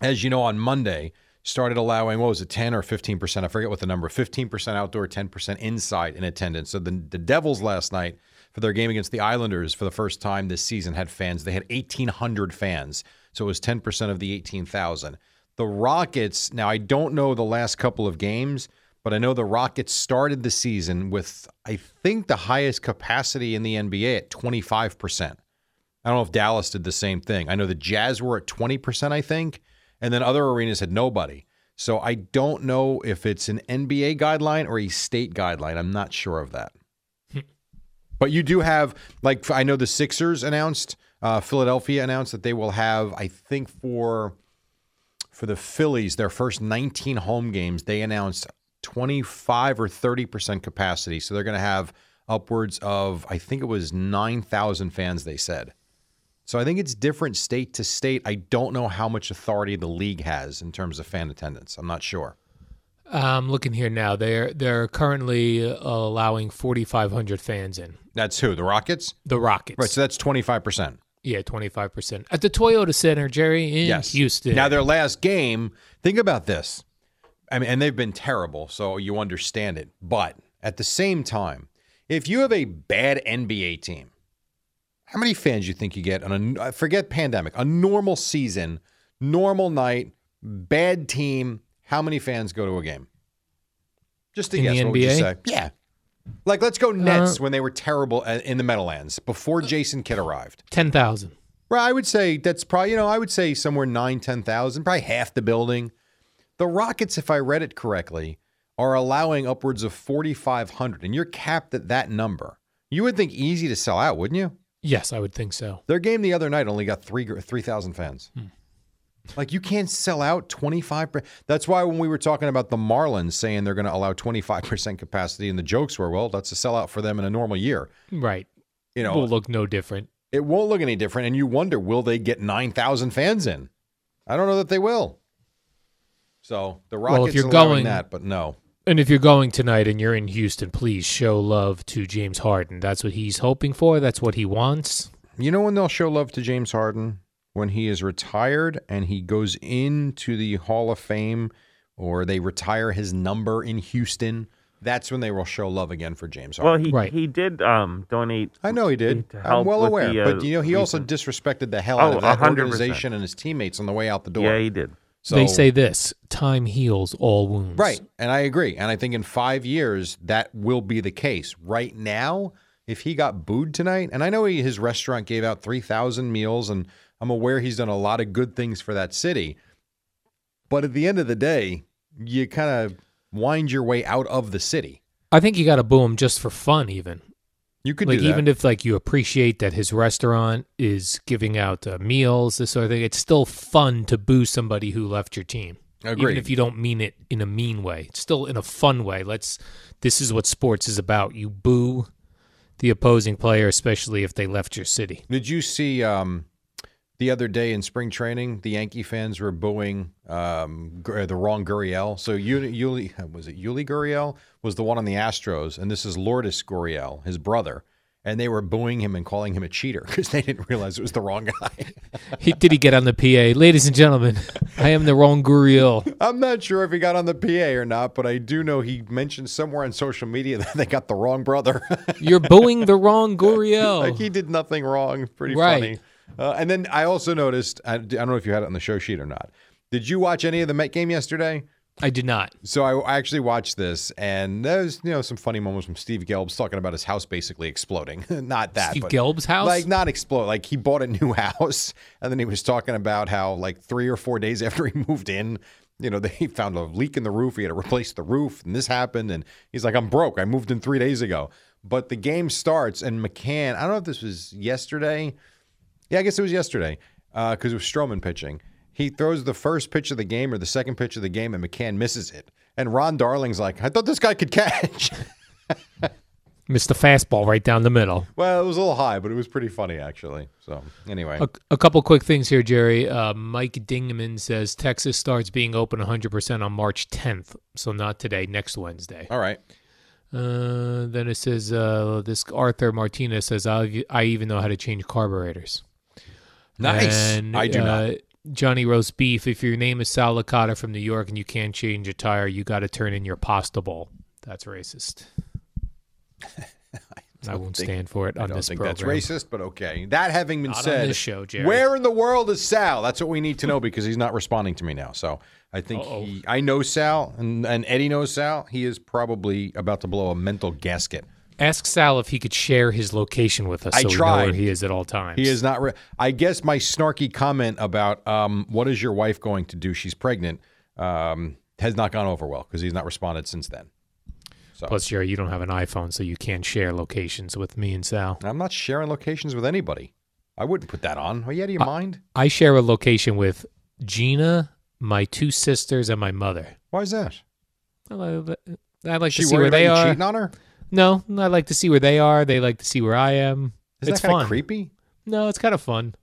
A: as you know, on Monday started allowing what was it, ten or fifteen percent? I forget what the number. Fifteen percent outdoor, ten percent inside in attendance. So the the Devils last night for their game against the Islanders for the first time this season had fans. They had eighteen hundred fans. So it was ten percent of the eighteen thousand. The Rockets. Now I don't know the last couple of games, but I know the Rockets started the season with I think the highest capacity in the NBA at twenty five percent. I don't know if Dallas did the same thing. I know the Jazz were at 20%, I think, and then other arenas had nobody. So I don't know if it's an NBA guideline or a state guideline. I'm not sure of that. but you do have, like, I know the Sixers announced, uh, Philadelphia announced that they will have, I think, for for the Phillies, their first 19 home games, they announced 25 or 30% capacity. So they're going to have upwards of, I think it was 9,000 fans, they said. So I think it's different state to state. I don't know how much authority the league has in terms of fan attendance. I'm not sure.
B: I'm looking here now. They're, they're currently uh, allowing 4,500 fans in.
A: That's who? The Rockets?
B: The Rockets.
A: Right. So that's 25%.
B: Yeah, 25%. At the Toyota Center, Jerry, in
A: yes.
B: Houston.
A: Now, their last game, think about this. I mean, and they've been terrible, so you understand it. But at the same time, if you have a bad NBA team, how many fans you think you get on a uh, forget pandemic, a normal season, normal night, bad team? How many fans go to a game? Just to
B: In the
A: guess, what would you
B: NBA?
A: say? Yeah, like let's go Nets
B: Uh,
A: when they were terrible a- in the Meadowlands before Jason Kidd arrived.
B: 10,000.
A: Right, I would say that's probably you know I would say somewhere nine ten thousand, probably half the building. The Rockets, if I read it correctly, are allowing upwards of forty five hundred, and you're capped at that number. You would think easy to sell out, wouldn't you?
B: Yes, I would think so.
A: Their game the other night only got three three thousand fans. Like you can't sell out twenty five. percent That's why when we were talking about the Marlins saying they're going to allow twenty five percent capacity, and the jokes were, well, that's a sellout for them in a normal year.
B: Right.
A: You know,
B: will look no different.
A: it won't look any different. And you wonder, will they get 9,000 fans in? I don't know that they will. So the Rockets
B: Well, if you're
A: allowing
B: going-
A: that, but no.
B: And if you're going tonight and you're in Houston, please show love to James Harden. That's what he's hoping for. That's what he wants.
A: You know when they'll show love to James Harden? When he is retired and he goes into the Hall of Fame or they retire his number in Houston. That's when they will show love again for James Harden.
E: Well, he he did um donate.
A: I know he did.
E: to
A: I'm
E: help
A: well
E: with
A: aware.
E: the, uh,
A: but you know, he also
E: recent-
A: disrespected the hell
E: Oh,
A: out of that
E: 100%.
A: organization and his teammates on the way out the door.
E: Yeah, he did.
A: So
B: they say this time heals all wounds.
A: Right. And I agree. And I think in five years, that will be the case. Right now, if he got booed tonight, and I know he, his restaurant gave out 3,000 meals, and I'm aware he's done a lot of good things for that city. But at the end of the day, you kind of wind your way out of the city.
B: I think you got to boo him just for fun, even.
A: You could
B: like
A: do that.
B: even if like you appreciate that his restaurant is giving out uh, meals, this sort of thing. It's still fun to boo somebody who left your team.
A: Agreed.
B: Even if you don't mean it in a mean way, it's still in a fun way. Let's. This is what sports is about. You boo the opposing player, especially if they left your city.
A: Did you see um, the other day in spring training, the Yankee fans were booing um, Gu- the wrong Gurriel. So Yuli, Yuli <laughs> was it Yuli Gurriel was the one on the Astros, and this is Lourdes Gurriel, his brother, and they were booing him and calling him a cheater <laughs> because they didn't realize it was the wrong guy. <laughs>
B: He, did he get on the PA? Ladies and gentlemen, <laughs> I am the wrong Guriel.
A: I'm not sure if he got on the PA or not, but I do know he mentioned somewhere on social media <laughs> that they got the wrong brother. <laughs>
B: You're booing the wrong Guriel.
A: like he did nothing wrong. Pretty
B: Right.
A: funny. Uh, and then I also noticed. I, I don't know if you had it on the show sheet or not. Did you watch any of the Met game yesterday?
B: I did not.
A: So I, I actually watched this, and there's you know some funny moments from Steve Gelb's talking about his house basically exploding. <laughs> not that
B: Steve
A: but-
B: Gelb's house?
A: like not explode. Like he bought a new <laughs> house, and then he was talking about how like three or four days <laughs> after he moved in, you know, they <laughs> found a leak in the roof. He had to replace the roof, and this happened. And he's like, "I'm broke. I moved in three days ago." But the game starts, and McCann. I don't know if this was yesterday. Yeah, I guess it was yesterday because it was Stroman pitching. He throws the first pitch of the game or the second pitch of the game, and McCann misses it. And Ron Darling's like, I thought this guy could <laughs> catch.
B: Missed a fastball right down the middle.
A: well, it was a little high, but it was pretty funny, actually. So, anyway.
B: A, a couple quick things here, Jerry. Uh, Mike Dingman says Texas starts being open 100% on March 10th. So not today, next Wednesday.
A: All right.
B: Uh, then it says uh, this Arthur Martinez says I I even know how to change carburetors.
A: Nice.
B: And, uh,
A: I do not.
B: Johnny roast beef. If your name is Sal Licata from New York and you can't change a tire, you got to turn in your pasta bowl. That's
A: <laughs>
B: racist. I, won't
A: think-
B: stand for it
A: I
B: on
A: don't
B: this
A: think
B: program.
A: that's racist, but okay. That having been
B: Not on
A: said,
B: this show, Jerry.
A: where in the world is Sal? That's what we need to know because he's not responding to me now. So I think
B: Uh-oh.
A: he, I know Sal, and, and Eddie knows Sal. He is probably about to blow a mental gasket.
B: Ask Sal if he could share his location with us
A: I
B: so we know
A: tried.
B: where he is at all times.
A: He is not. Re- I guess my snarky comment about um, what is your wife going to do? She's pregnant. Um, has not gone over well because he's not responded since then. So
B: Plus, Jerry, you don't have an iPhone, so you can't share locations with me and Sal.
A: I'm not sharing locations with anybody. I wouldn't put that on. Are you out
B: Uh,
A: of your mind?
B: I share a location with Gina, my two sisters, and my mother.
A: Why is that?
B: Well, I- I like
A: She
B: to see
A: worried
B: where
A: about
B: they
A: you
B: are.
A: cheating on her.
B: No, I like to see where they are. They like to see where I am.
A: Isn't
B: it's
A: that kind
B: fun.
A: of creepy?
B: No, it's kind of fun.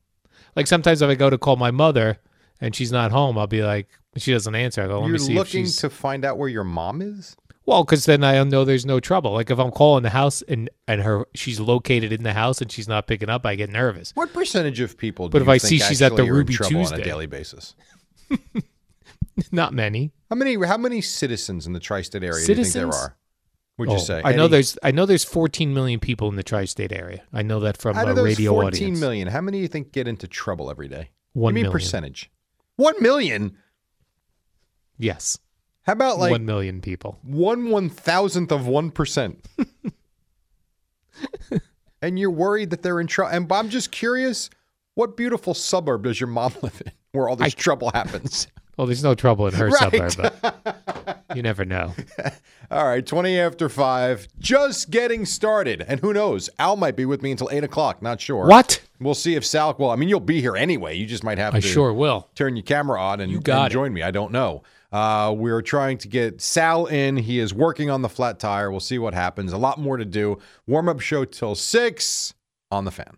B: Like sometimes if I go to call my mother and she's not home, I'll be like, she doesn't answer. I go, let
A: You're
B: me see if
A: looking
B: she's.
A: to find out where your mom is.
B: Well, because then I know there's no trouble. Like if I'm calling the house and and her she's located in the house and she's not picking up, I get nervous. <laughs>
A: What percentage of people?
B: But
A: do
B: if
A: you
B: I
A: think
B: see she's at
A: actually
B: the
A: are in
B: Ruby
A: trouble on
B: Tuesday.
A: a daily basis?
B: not many.
A: How many? How many citizens in the tri-state area do you think
B: Citizens?
A: there are? Would you
B: Oh,
A: say?
B: I know
A: Eddie?
B: there's I know there's 14 million people in the tri-state area. I know that from
A: Out
B: a
A: of those
B: radio
A: 14
B: audience.
A: million, how many do you think get into trouble every day?
B: One
A: Give me a
B: million.
A: percentage. One million.
B: Yes,
A: How about like
B: one million people.
A: one one thousandth of
B: <laughs>
A: one percent? and you're worried that they're in trouble. And I'm just curious, what beautiful suburb does your mom <laughs> live in, where all this trouble
B: <laughs>
A: happens?
B: Well, there's no trouble in her
A: <laughs> Right.
B: suburb.
A: <laughs>
B: But you never know.
A: All right, 20 after 5, just getting started. And who knows? Al might be with me until 8 o'clock, not sure.
B: What?
A: We'll see if Sal, well, I mean, you'll be here anyway. You just might have
B: I
A: to
B: sure will.
A: turn your camera on and,
B: You got
A: and
B: it.
A: join me. I don't know. Uh, we're trying to get Sal in. He is working on the flat tire. We'll see what happens. A lot more to do. Warm up show till 6 on the fan.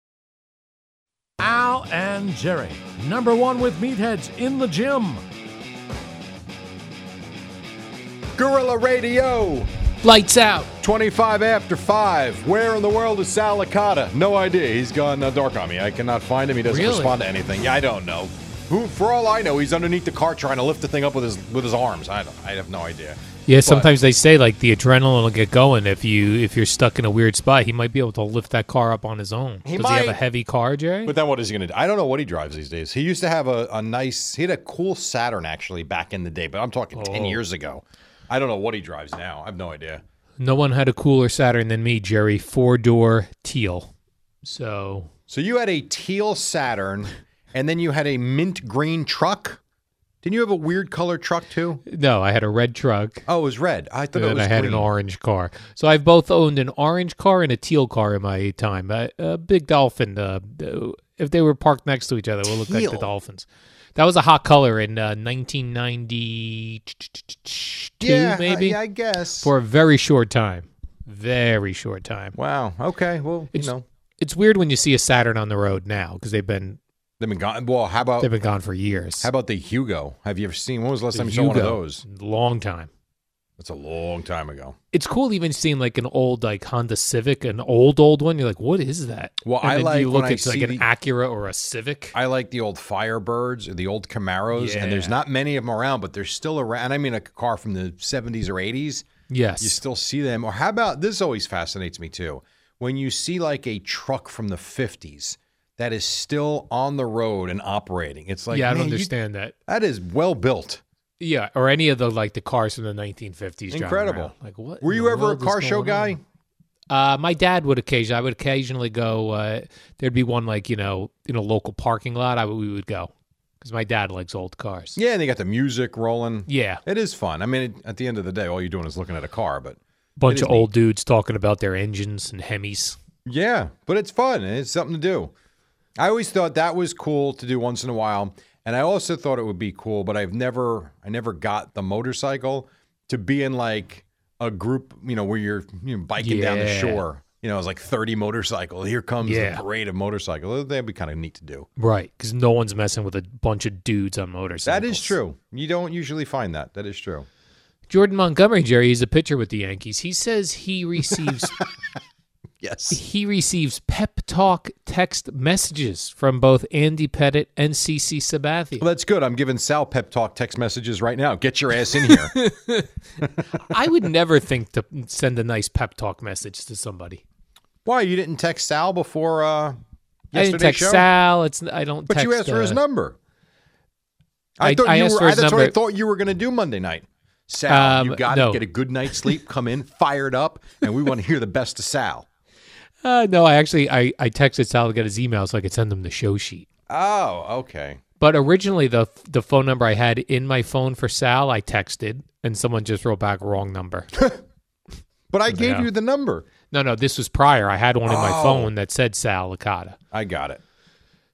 D: Al and Jerry, number one with meatheads in the gym.
A: Gorilla Radio,
B: Lights out.
A: 25 after 5. Where in the world is Sal Licata? No idea. He's gone uh, dark on me. I cannot find him. He doesn't
B: Really?
A: respond to anything. Yeah, I don't know. Who, for all I know, he's underneath the car trying to lift the thing up with his with his arms. I don't, I have no idea.
B: Yeah,
A: But-
B: sometimes they say like the adrenaline will get going if you if you're stuck in a weird spot. He might be able to lift that car up on his own.
A: He
B: Does he have a
A: might.
B: heavy car, Jerry?
A: But then what is he going to do? I don't know what he drives these days. He used to have a, a nice, he had a cool Saturn actually back in the day, but I'm talking 10
B: Oh.
A: years ago. I don't know what he drives now. I have no idea.
B: no one had a cooler Saturn than me, Jerry. Four door teal. So
A: So you had a teal Saturn, and then you had a mint green truck. Didn't you have a weird color truck too?
B: no, I had a red truck.
A: Oh, it was red. I thought
B: and
A: it was
B: I had
A: green.
B: an orange car. So I've both owned an orange car and a teal car in my time. A, a big dolphin. Uh, uh, if they were parked next to each other, it would look like
A: Teal.
B: the dolphins. That was a hot color in uh, 1992,
A: yeah, I-
B: maybe
A: yeah, I guess.
B: for a very short time. Very short time.
A: wow. Okay. Well,
B: It's,
A: you know,
B: it's weird when you see a Saturn on the road now because they've been
A: they've been gone. Well, how about
B: they've been gone for years.
A: how about the Hugo? Have you ever seen? When was the last time you saw one of
B: Hugo.
A: those?
B: Long time.
A: That's a long time ago.
B: It's cool even seeing like an old like Honda Civic, an old old one. You're like, what is that?
A: Well,
B: And
A: I
B: then
A: like
B: you look
A: when I
B: at like
A: see
B: an
A: the-
B: Acura or a Civic.
A: I like the old Firebirds or the old Camaros, and there's
B: Yeah.
A: not many of them around, but they're still around. And I mean, a car from the 70s or 80s,
B: Yes.
A: you still see them. Or how about this? Always fascinates me too. When you see like a truck from the 50s that is still on the road and operating, it's like,
B: yeah, I don't
A: man, you-
B: understand that.
A: that is well built.
B: Yeah, or any of the like the cars from the 1950s. driving
A: Incredible.
B: around. Like what?
A: Were
B: in
A: you
B: the
A: ever a
B: world is
A: car show
B: going on?
A: guy?
B: Uh, my dad would occasionally. I would occasionally go. Uh, there'd be one like you know in a local parking lot. I would, we would go because my dad likes old cars.
A: Yeah, and they got the music rolling.
B: Yeah,
A: It is fun. I mean, at the end of the day, all you're doing is looking at a car, but
B: bunch
A: is
B: of old dudes talking about their engines and Hemis.
A: Yeah, but it's fun and it's something to do. I always thought that was cool to do once in a while, and I also thought it would be cool, but I've never I never got the motorcycle to be in like a group, you know, where you're you know, biking down the
B: Yeah.
A: shore. You know, it's like 30 motorcycle. Here comes
B: Yeah.
A: the parade of motorcycles. That'd be kind of neat to do.
B: Right, because no one's messing with a bunch of dudes on motorcycles.
A: That is true. You don't usually find that. That is true.
B: Jordan Montgomery, Jerry, he's a pitcher with the Yankees. He says
A: <laughs>
B: he receives
A: Yes.
B: he receives pep talk text messages from both Andy Pettit and CC Sabathia.
A: <laughs> Well, that's good. I'm giving Sal pep talk text messages right now. Get your ass in
B: <laughs>
A: here.
B: I would never think to send a nice pep talk message to somebody.
A: Why you didn't text Sal before uh, yesterday's
B: I didn't text
A: show?
B: Sal. It's I don't.
A: But you
B: text,
A: asked for his
B: uh,
A: number. I,
B: I-
A: thought
B: I
A: you
B: asked
A: were.
B: for his
A: that's what I
B: number.
A: thought you were going to do Monday night. Sal, you
B: Um,
A: got to
B: no.
A: get a good night's sleep. Come in fired up, and we want to hear the best of Sal.
B: Uh, no, I actually I, I texted Sal to get his email so I could send him the show sheet.
A: Oh, okay.
B: But originally the the phone number I had in my phone for Sal I texted and someone just wrote back wrong
A: <laughs>
B: number.
A: But I gave
B: Yeah.
A: you the number.
B: no, no, this was prior. I had one in my
A: Oh.
B: phone that said Sal Licata.
A: I got it.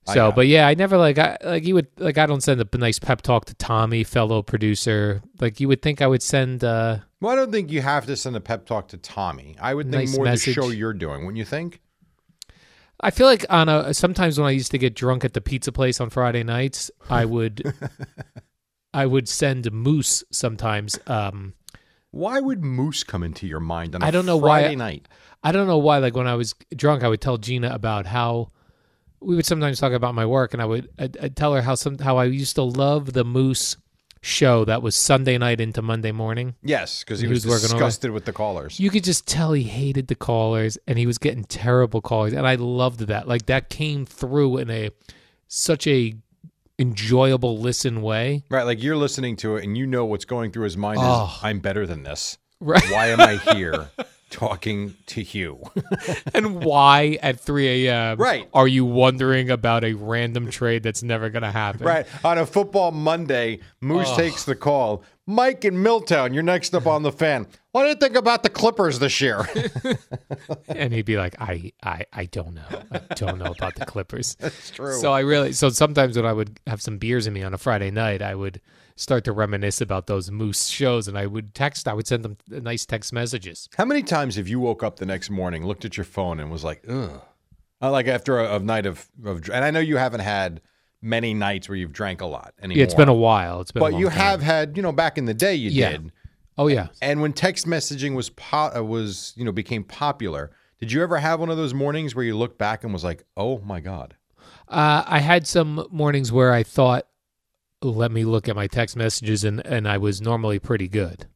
A: I
B: So,
A: got
B: but yeah, I never like I like you would like I don't send a nice pep talk to Tommy, fellow producer. Like you would think I would send. uh
A: Well, I don't think you have to send a pep talk to Tommy. I would think
B: Nice
A: more
B: message.
A: the show you're doing, wouldn't you think?
B: I feel like on a sometimes when I used to get drunk at the pizza place on Friday nights, I would I would send Moose sometimes. Um
A: Why would Moose come into your mind on a
B: I don't know why-
A: Friday night?
B: I don't know why. Like when I was drunk, I would tell Gina about how we would sometimes talk about my work, and I would I'd, I'd tell her how some how I used to love the Moose show that was Sunday night into Monday morning.
A: Yes, because he
B: He
A: was,
B: was working all day.
A: disgusted with the callers.
B: You could just tell he hated the callers and he was getting terrible callers and I loved that. Like that came through in a such a enjoyable listen
A: <laughs>
B: way.
A: Right, like you're listening to it and you know what's going through his mind
B: Oh.
A: is I'm better than this.
B: Right.
A: Why am I
B: <laughs>
A: here talking to you?
B: And why at 3 a.m.
A: Right.
B: are you wondering about a random trade that's never going to happen?
A: right. On a football Monday, Moose takes the call. Mike in Milltown, you're next up on the fan. What do you think about the Clippers this year?
B: <laughs>
A: <laughs>
B: And he'd be like, I, I, I don't know. I don't know about the
A: <laughs>
B: Clippers. That's
A: true.
B: So I really, so sometimes when I would have some beers in me on a Friday night, I would start to reminisce about those Moose shows and I would text, I would send them nice text messages.
A: How many times have you woke up the next morning, looked at your phone, and was like, ugh? Uh, Like after a, a night of, of, dr- and I know you haven't had many nights where you've drank a lot anymore.
B: Yeah, it's been a while. It's been, a
A: But
B: long
A: you
B: time.
A: have had, you know, back in the day you
B: Yeah.
A: did.
B: Oh yeah.
A: And when text messaging was po- uh, was you know became popular, did you ever have one of those mornings where you looked back and was like, "Oh my god"?
B: Uh, I had some mornings where I thought, let me look at my text messages, and, and I was normally pretty good.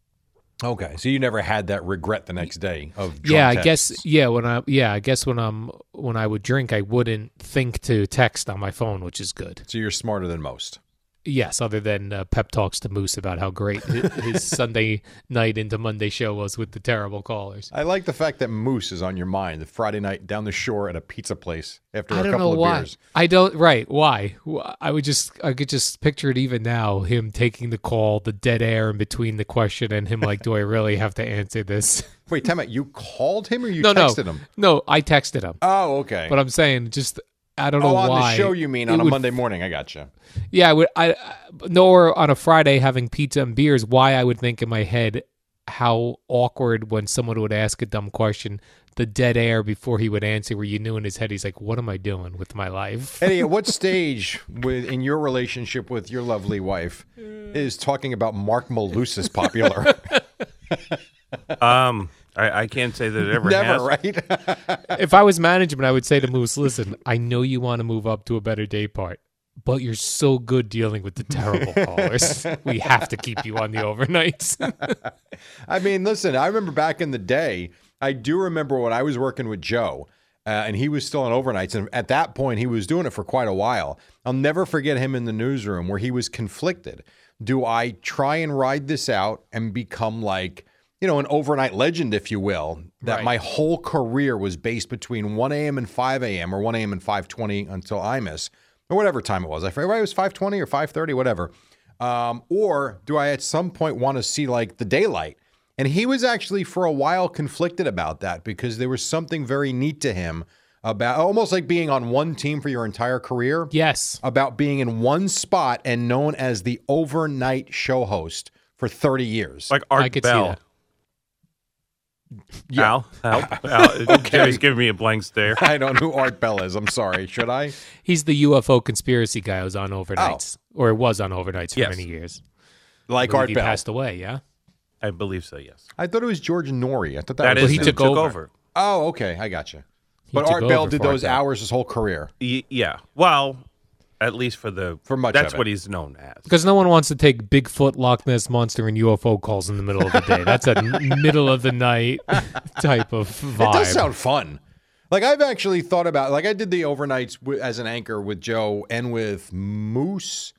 A: Okay, so you never had that regret the next day of drunk
B: yeah, I
A: texts.
B: guess. Yeah, when I yeah, I guess when I'm when I would drink, I wouldn't think to text on my phone, which is good.
A: So you're smarter than most.
B: Yes, other than uh, pep talks to Moose about how great his, his <laughs> Sunday night into Monday show was with the terrible callers.
A: I like the fact that Moose is on your mind the Friday night down the shore at a pizza place after
B: I
A: a
B: don't
A: couple
B: know
A: of
B: why.
A: beers.
B: I don't right. Why? Wh- I would just I could just picture it even now. Him taking the call, the dead air in between the question, and him like, "Do I really have to answer this?" <laughs>
A: Wait, time out. You called him or you
B: no,
A: texted
B: no,
A: him?
B: no. I texted him.
A: Oh, okay.
B: But I'm saying just I don't
A: oh,
B: know
A: on
B: why.
A: the show you mean
B: It
A: on a
B: would-
A: Monday morning? I gotcha.
B: Yeah, I would. I I- nor on a Friday having pizza and beers. Why I would think in my head how awkward when someone would ask a dumb question, the dead air before he would answer, where you knew in his head he's like, "What am I doing with my life?"
A: Eddie, at what stage with in your relationship with your lovely wife is talking about Mark Malusis popular?
E: Um, I, I can't say that it ever
A: <laughs> Never,
E: has.
A: <laughs> right?
B: if I was management, I would say to Moose, "Listen, I know you want to move up to a better day part." But you're so good dealing with the
A: <laughs>
B: terrible callers. we have to keep you on the overnights.
A: <laughs> I mean, listen, I remember back in the day, I do remember when I was working with Joe. Uh, and he was still on overnights. And at that point, he was doing it for quite a while. I'll never forget him in the newsroom where he was conflicted. Do I try and ride this out and become like, you know, an overnight legend, if you will, that my whole career was based between 1 a.m. and 5 a.m. or 1 a.m. and 5.20 until IMIS or whatever time it was. I forget, right? It was 5.20 or 5.30, whatever. Um, or do I at some point want to see like the daylight? And he was actually for a while conflicted about that because there was something very neat to him about almost like being on one team for your entire career.
B: Yes.
A: About being in one spot and known as the overnight show host for 30 years.
E: Like Art
A: I could see
E: Bell.
A: that.
E: Al,
A: <laughs>
E: help. Al,
A: Okay.
E: Jerry's giving me a blank stare.
A: <laughs> I don't know who Art Bell is. I'm sorry. Should I?
B: He's the UFO conspiracy guy who's on overnights, or was on overnights for
A: Oh. Yes.
B: many years.
A: Like
B: I believe
A: Art
B: he
A: Bell.
B: passed away. Yeah,
E: I believe so. Yes,
A: I thought it was George Norrie. I thought
E: That
A: that, was
E: is
A: his
E: who
A: name.
E: took over.
A: Oh, okay. I got you.
E: He
A: But
E: took
A: Art Bell
E: over
A: did
E: for Art
A: those
E: Bell.
A: hours his whole career.
E: Y- yeah. Well, at least for the
A: for much.
E: That's
A: of it.
E: what he's known as.
B: because no one wants to take Bigfoot, Loch Ness monster, and UFO calls in the middle of the day. That's a n- <laughs> middle of the night type of vibe.
A: It does sound fun. Like I've actually thought about like I did the overnights w- as an anchor with Joe and with Moose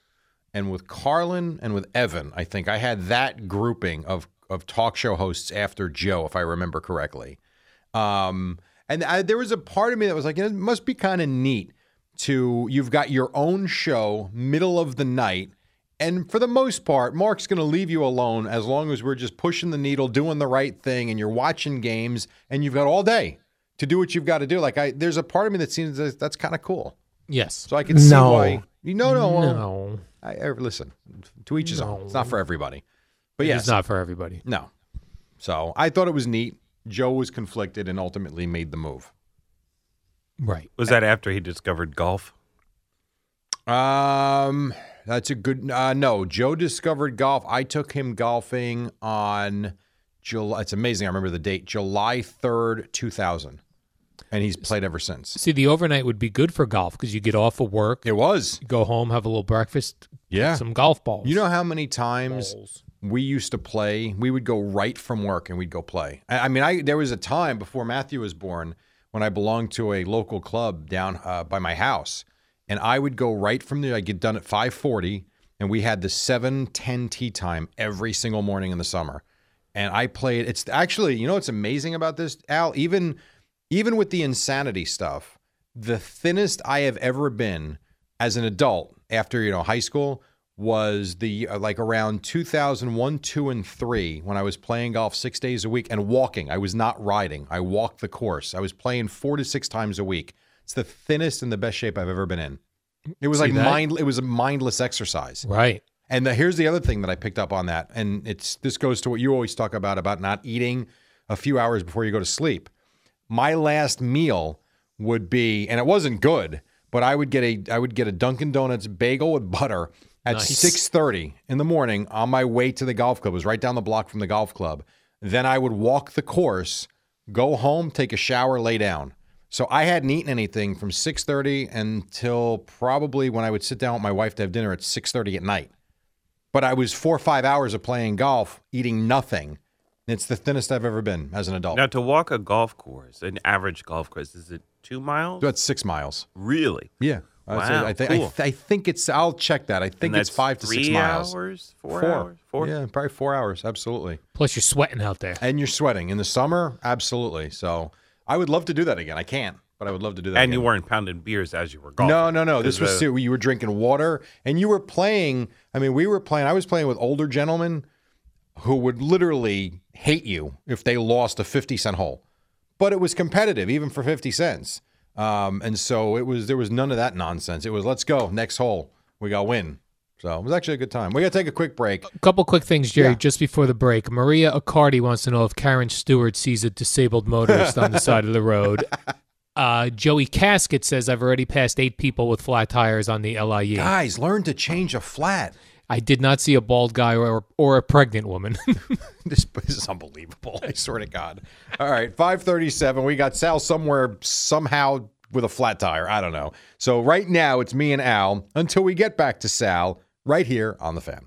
A: and with Carlin and with Evan. I think I had that grouping of of talk show hosts after Joe, if I remember correctly. Um, and I, there was a part of me that was like, you know, it must be kind of neat to you've got your own show middle of the night. And for the most part, Mark's going to leave you alone as long as we're just pushing the needle, doing the right thing, and you're watching games, and you've got all day to do what you've got to do. Like I, there's a part of me that seems that that's kind of cool.
B: Yes.
A: So I can see
B: No.
A: why. You know, no, well,
B: No.
A: I, I- listen, to each his own. It's not for everybody. But
B: It
A: yes,
B: is not for everybody.
A: No. So I thought it was neat. Joe was conflicted and ultimately made the move.
B: Right.
E: Was that after he discovered golf?
A: Um, that's a good. Uh, no, Joe discovered golf. I took him golfing on July. It's amazing. I remember the date, July third, two thousand, and he's played ever since.
B: See, the overnight would be good for golf because you get off of work.
A: It was
B: go home, have a little breakfast.
A: Yeah.
B: some golf balls.
A: You know how many times we used to play? We would go right from work and we'd go play. I, I mean, I there was a time before Matthew was born when I belonged to a local club down uh, by my house, and I would go right from there. I'd get done at five forty, and we had the seven ten tea time every single morning in the summer. And I played. It's actually, you know, what's amazing about this, Al. Even even with the insanity stuff, the thinnest I have ever been as an adult after you know high school was the uh, like around 2001 2 and 3 when i was playing golf 6 days a week and walking i was not riding i walked the course i was playing 4 to 6 times a week it's the thinnest and the best shape i've ever been in it was
B: See
A: like
B: that?
A: mind it was a mindless exercise
B: Right.
A: and the, here's the other thing that I picked up on that, and it's this goes to what you always talk about about not eating a few hours before you go to sleep. My last meal would be, and it wasn't good, but I would get a I would get a Dunkin' Donuts bagel with butter at
B: Nice.
A: six thirty in the morning on my way to the golf club. It was right down the block from the golf club. Then I would walk the course, go home, take a shower, lay down. So I hadn't eaten anything from six thirty until probably when I would sit down with my wife to have dinner at six thirty at night but I was four or five hours of playing golf, eating nothing. It's the thinnest I've ever been as an adult.
E: Now to walk a golf course, an average golf course, is it two miles?
A: That's six miles.
E: Really?
A: Yeah. I'd say-
E: Wow,
A: I, thi- I,
E: cool.
A: thi- I think it's. I'll check that. I think
E: And
A: it's
E: that's
A: five to six
E: three
A: miles.
E: hours? Four hours?
A: Four. Oh, Yeah, probably four hours. Absolutely.
B: Plus, you're sweating out there.
A: And you're sweating in the summer. Absolutely. So I would love to do that again. I can't, but I would love to do that.
E: And
A: again.
E: you weren't pounding beers as you were golfing.
A: No, no, no.
E: Is
A: This was
E: the-
A: ser- you were drinking water and you were playing. I mean, we were playing. I was playing with older gentlemen who would literally hate you if they lost a fifty cent hole, but it was competitive even for fifty cents. Um, and so it was. There was none of that nonsense. It was let's go next hole. We got win. So it was actually a good time. We got to take a quick break.
B: Couple quick things, Jerry,
A: Yeah.
B: just before the break. Maria Accardi wants to know if Karen Stewart sees a disabled motorist
A: <laughs>
B: on the side of the road. Uh, Joey Casket says, I've already passed eight people with flat tires on the LIE.
A: Guys, learn to change a flat.
B: I did not see a bald guy or, or a pregnant woman.
A: <laughs> this, this is unbelievable. I swear to God. All right, five thirty-seven. We got Sal somewhere somehow with a flat tire. I don't know. So right now it's me and Al until we get back to Sal right here on the fan.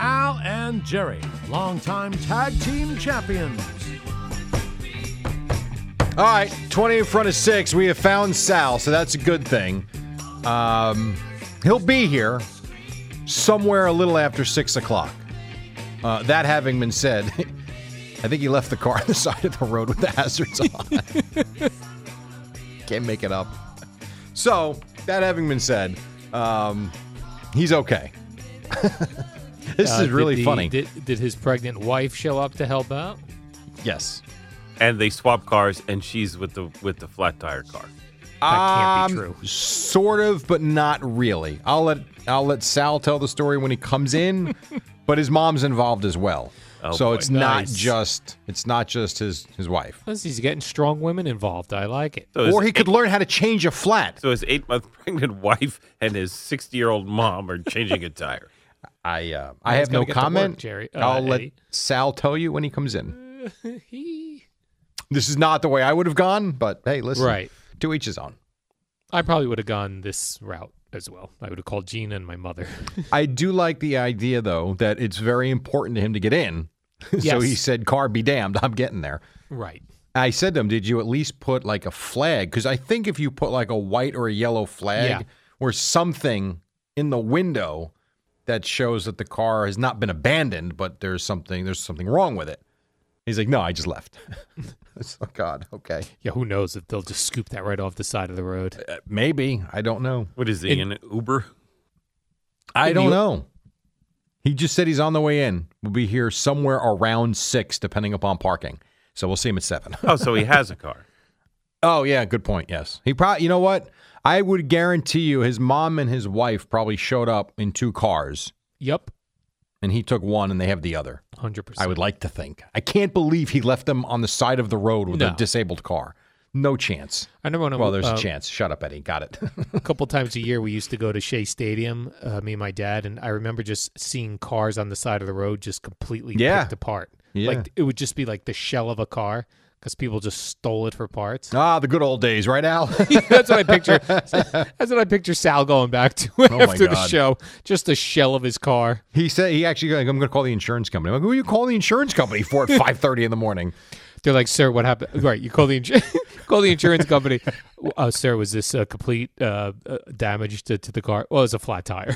D: Al and Jerry, longtime tag team champions.
A: All right, twenty in front of six. We have found Sal, so that's a good thing. Um, he'll be here somewhere a little after six o'clock. Uh, that having been said, <laughs> I think he left the car <laughs> on the side of the road with the hazards on. Can't make it up. So, that having been said, um, he's okay. <laughs> this
B: Uh,
A: is
B: did
A: really
B: the-
A: funny.
B: Did, did his pregnant wife show up to help out?
A: Yes.
E: And they swap cars, and she's with the with the flat tire car.
A: um, Sort of, but not really. I'll let I'll let Sal tell the story when he
B: <laughs>
A: comes in, but his mom's involved as well.
B: Oh,
A: so
B: boy.
A: it's not
B: Nice.
A: just it's not just his his wife.
B: Plus, he's getting strong women involved. I like it.
A: or he could learn how to change a flat.
E: So his eight month <laughs> pregnant wife and his sixty year old mom are changing a tire.
A: I uh, I have no comment.
B: Jerry.
A: I'll
B: Uh,
A: let
B: Eddie. Uh,
A: Sal tell you when he comes in. This is not the way I would have gone, but hey, listen.
B: Right.
A: To each his own.
B: I probably would have gone this route as well. I would have called Gina and my mother.
A: <laughs> I do like the idea though that it's very important to him to get in. <laughs> so
B: Yes.
A: he said, "Car be damned, I'm getting there."
B: right.
A: I said to him, "Did you at least put like a flag? Because I think if you put like a white or a yellow flag
B: Yeah.
A: or something in the window, that shows that the car has not been abandoned, but there's something there's something wrong with it." He's like, "No, I just left." <laughs> It's like, God, okay.
B: Yeah, who knows if they'll just scoop that right off the side of the road?
A: Maybe I don't know.
E: What is he
B: In-
E: in an Uber?
A: I
B: In
A: don't
B: the-
A: know. He just said he's on the way in. We'll be here somewhere around six, depending upon parking. So we'll see him at seven. <laughs>
E: Oh, so he has a car.
A: Oh yeah, good point. Yes, he probably. You know what? I would guarantee you, his mom and his wife probably showed up in two cars,
B: Yep.
A: and he took one, and they have the other.
B: 100%.
A: I would like to think. I can't believe he left them on the side of the road with a
B: No.
A: disabled car. No chance.
B: I remember when I-
A: Well, there's
B: uh,
A: a chance. Shut up, Eddie. Got it. <laughs>
B: a couple times a year we used to go to Shea Stadium, uh, me and my dad, and I remember just seeing cars on the side of the road just completely
A: Yeah.
B: picked apart.
A: Yeah.
B: Like it would just be like the shell of a car because people just stole it for
A: <laughs>
B: parts. <laughs>
A: ah, the good old days, right, Al? <laughs>
B: That's what I picture. That's what I picture Sal going back to
A: Oh my
B: after the
A: God.
B: show. Just a shell of his car.
A: he said he actually. I'm going to call the insurance company. I'm like, who you call the insurance company for at 5:30 in the morning? <laughs>
B: They're like, "Sir, what happened?" Right, you call the insurance <laughs> call the insurance company. Uh, sir, was this a complete uh, uh, damage to, to the car? Well, it was a flat tire.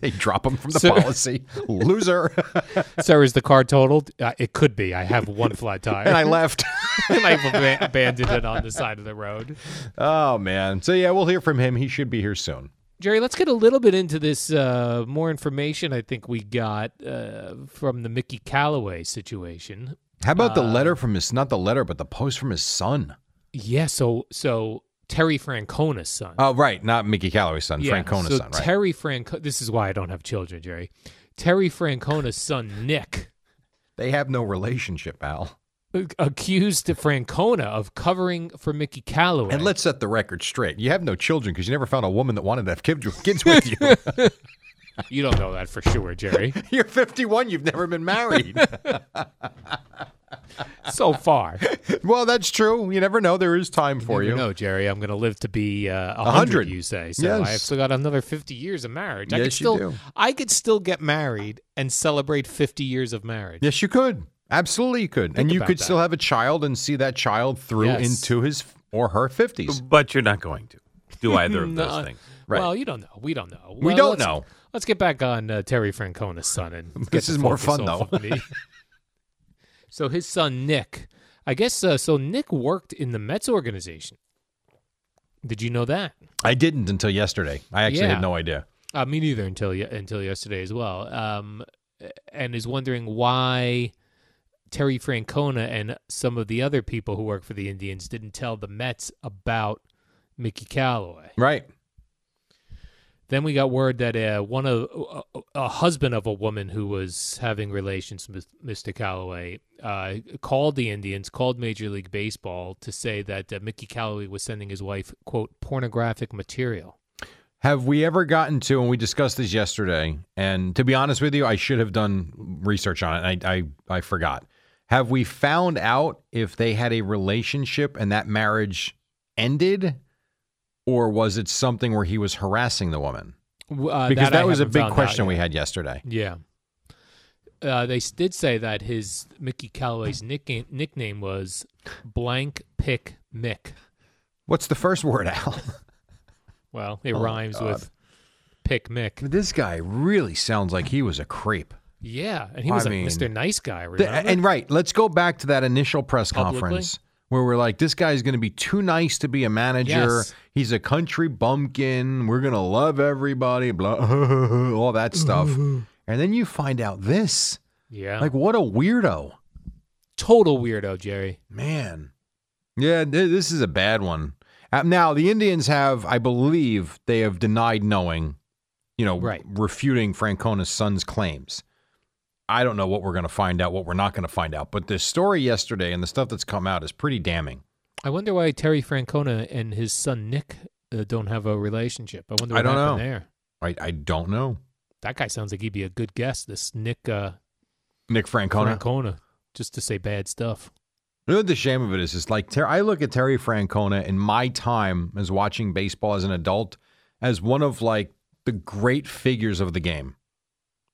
A: They drop him from the
B: Sir.
A: policy. Loser. <laughs>
B: sir, is the car totaled? Uh, it could be. I have one flat tire, <laughs>
A: <laughs> and I left.
B: and I ab- abandoned it on the side of the road.
A: Oh man. So yeah, we'll hear from him. He should be here soon.
B: Jerry, let's get a little bit into this uh, more information. I think we got uh, from the Mickey Callaway situation.
A: How about the
B: Uh,
A: letter from his not the letter, but the post from his son?
B: Yeah, so so Terry Francona's son.
A: Oh, right, not Mickey Calloway's son,
B: yeah,
A: Francona's
B: so
A: son, right?
B: Terry Franco. This is why I don't have children, Jerry. Terry Francona's son, Nick.
A: they have no relationship, Al.
B: accused Francona of covering for Mickey Calloway.
A: And let's set the record straight. You have no children because you never found a woman that wanted to have kid- <laughs> kids with
B: <laughs>
A: you.
B: you don't know that for sure,
A: <laughs>
B: Jerry.
A: You're 51. You've never
B: <laughs>
A: been married.
B: so far.
A: well, that's true. You never know. There is time for you.
B: never know, Jerry. I'm going to live to be uh, 100,
A: 100.
B: you say. So
A: Yes.
B: I've still got another 50 years of marriage. I
A: Yes,
B: could
A: you
B: still
A: do.
B: I could still get married and celebrate 50 years of marriage.
A: Yes, you could. Absolutely, you could.
B: Think
A: and you
B: about
A: could
B: that.
A: still have a child and see that child through
B: Yes. Um,
A: into his or her 50s.
E: But you're not going to do either
B: <laughs>
E: of those
B: No.
E: things.
A: Right.
B: Well, you don't know. We don't know.
A: We
B: Well,
A: don't
B: let's-
A: know.
B: Let's get back on uh, Terry Francona's son and get
A: This
B: the
A: is more
B: focus
A: fun,
B: off
A: though.
B: of
A: <laughs>
B: me. so his son Nick, I guess. Uh, so Nick worked in the Mets organization. Did you know that?
A: I didn't until yesterday. I actually
B: Yeah.
A: had no idea.
B: Uh, me neither until ye- until yesterday as well. Um, and is wondering why Terry Francona and some of the other people who work for the Indians didn't tell the Mets about Mickey Callaway.
A: Right.
B: Then we got word that uh, one of a, a husband of a woman who was having relations with Mr. Calloway uh, called the Indians, called Major League Baseball to say that uh, Mickey Calloway was sending his wife quote pornographic material.
A: Have we ever gotten to, and we discussed this yesterday, and to be honest with you, I should have done research on it. and I, I, I forgot. Have we found out if they had a relationship and that marriage ended, or was it something where he was harassing the woman?
B: W- Uh,
A: because that,
B: I
A: was a
B: haven't
A: big
B: found out
A: question
B: yet.
A: we had yesterday.
B: Yeah. Uh, they s- did say that his Mickey Calloway's nickname, nickname was Blank Pick Mick.
A: What's the first word, Al?
B: Well, it
A: Oh,
B: rhymes
A: God.
B: with Pick Mick.
A: this guy really sounds like he was a creep.
B: Yeah, and he
A: I
B: was a
A: mean-
B: Mr. Nice Guy.
A: The-
B: Remember?
A: and right, let's go back to that initial press
B: Publicly?
A: conference where we're like, this guy's going to be too nice to be a manager.
B: Yes.
A: He's a country bumpkin. We're going to love everybody, blah, <laughs> all
B: <laughs>
A: that stuff. and then you find out this.
B: yeah,
A: Like, what a weirdo.
B: total weirdo, Jerry.
A: Man. Yeah, th- this is a bad one. Uh, Now, the Indians have, I believe, they have denied knowing, you know,
B: Right.
A: refuting Francona's son's claims. I don't know what we're going to find out, what we're not going to find out, but the story yesterday and the stuff that's come out is pretty damning.
B: I wonder why Terry Francona and his son Nick uh, don't have a relationship. I wonder what
A: I don't
B: happened
A: know.
B: there.
A: I, I don't know.
B: That guy sounds like he'd be a good guest. This Nick uh,
A: Nick Francona.
B: Francona, just to say bad stuff.
A: You know what the shame of it is? It's like Ter- I look at Terry Francona in my time as watching baseball as an adult as one of like the great figures of the game.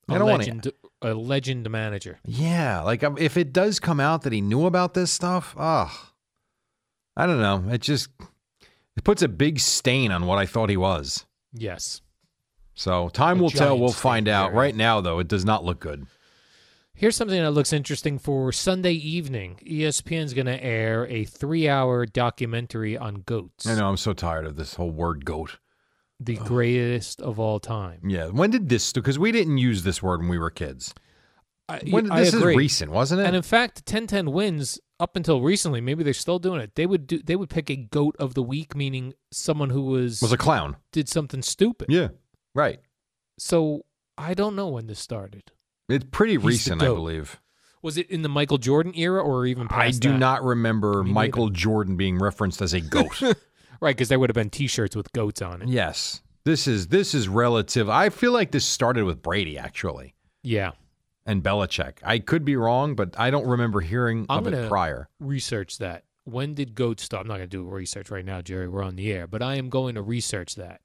B: A
A: I don't want to
B: legend, a legend manager.
A: Yeah, like um, if it does come out that he knew about this stuff, ah, I don't know. It just it puts a big stain on what I thought he was.
B: Yes.
A: So time
B: A
A: will tell.
B: giant
A: We'll
B: stain
A: find out.
B: there.
A: Right now, though, it does not look good.
B: Here's something that looks interesting for Sunday evening. E ESPN's going to air a three-hour documentary on goats.
A: I know. I'm so tired of this whole word "goat."
B: The greatest of all time.
A: Yeah. When did this? Because we didn't use this word when we were kids.
B: I,
A: When did,
B: I
A: this
B: agree.
A: is recent, wasn't it?
B: And in fact, 1010 wins up until recently. Maybe they're still doing it. They would do. They would pick a goat of the week, meaning someone who was,
A: was a clown.
B: did something stupid.
A: Yeah. Right.
B: So I don't know when this started.
A: It's pretty
B: He's the
A: recent, I
B: goat.
A: believe.
B: Was it in the Michael Jordan era or even past
A: I do
B: that?
A: not
B: Me
A: remember
B: neither.
A: Michael Jordan being referenced as a goat.
B: <laughs> Right, because there would have been T-shirts with goats on it.
A: Yes. This is this is relative. I feel like this started with Brady actually
B: Yeah.
A: and Belichick. I could be wrong, but I don't remember hearing
B: I'm
A: of
B: gonna
A: it
B: <laughs>
A: prior.
B: research that. When did goats stop? I'm not going to do research right now, Jerry. We're on the air, but I am going to research that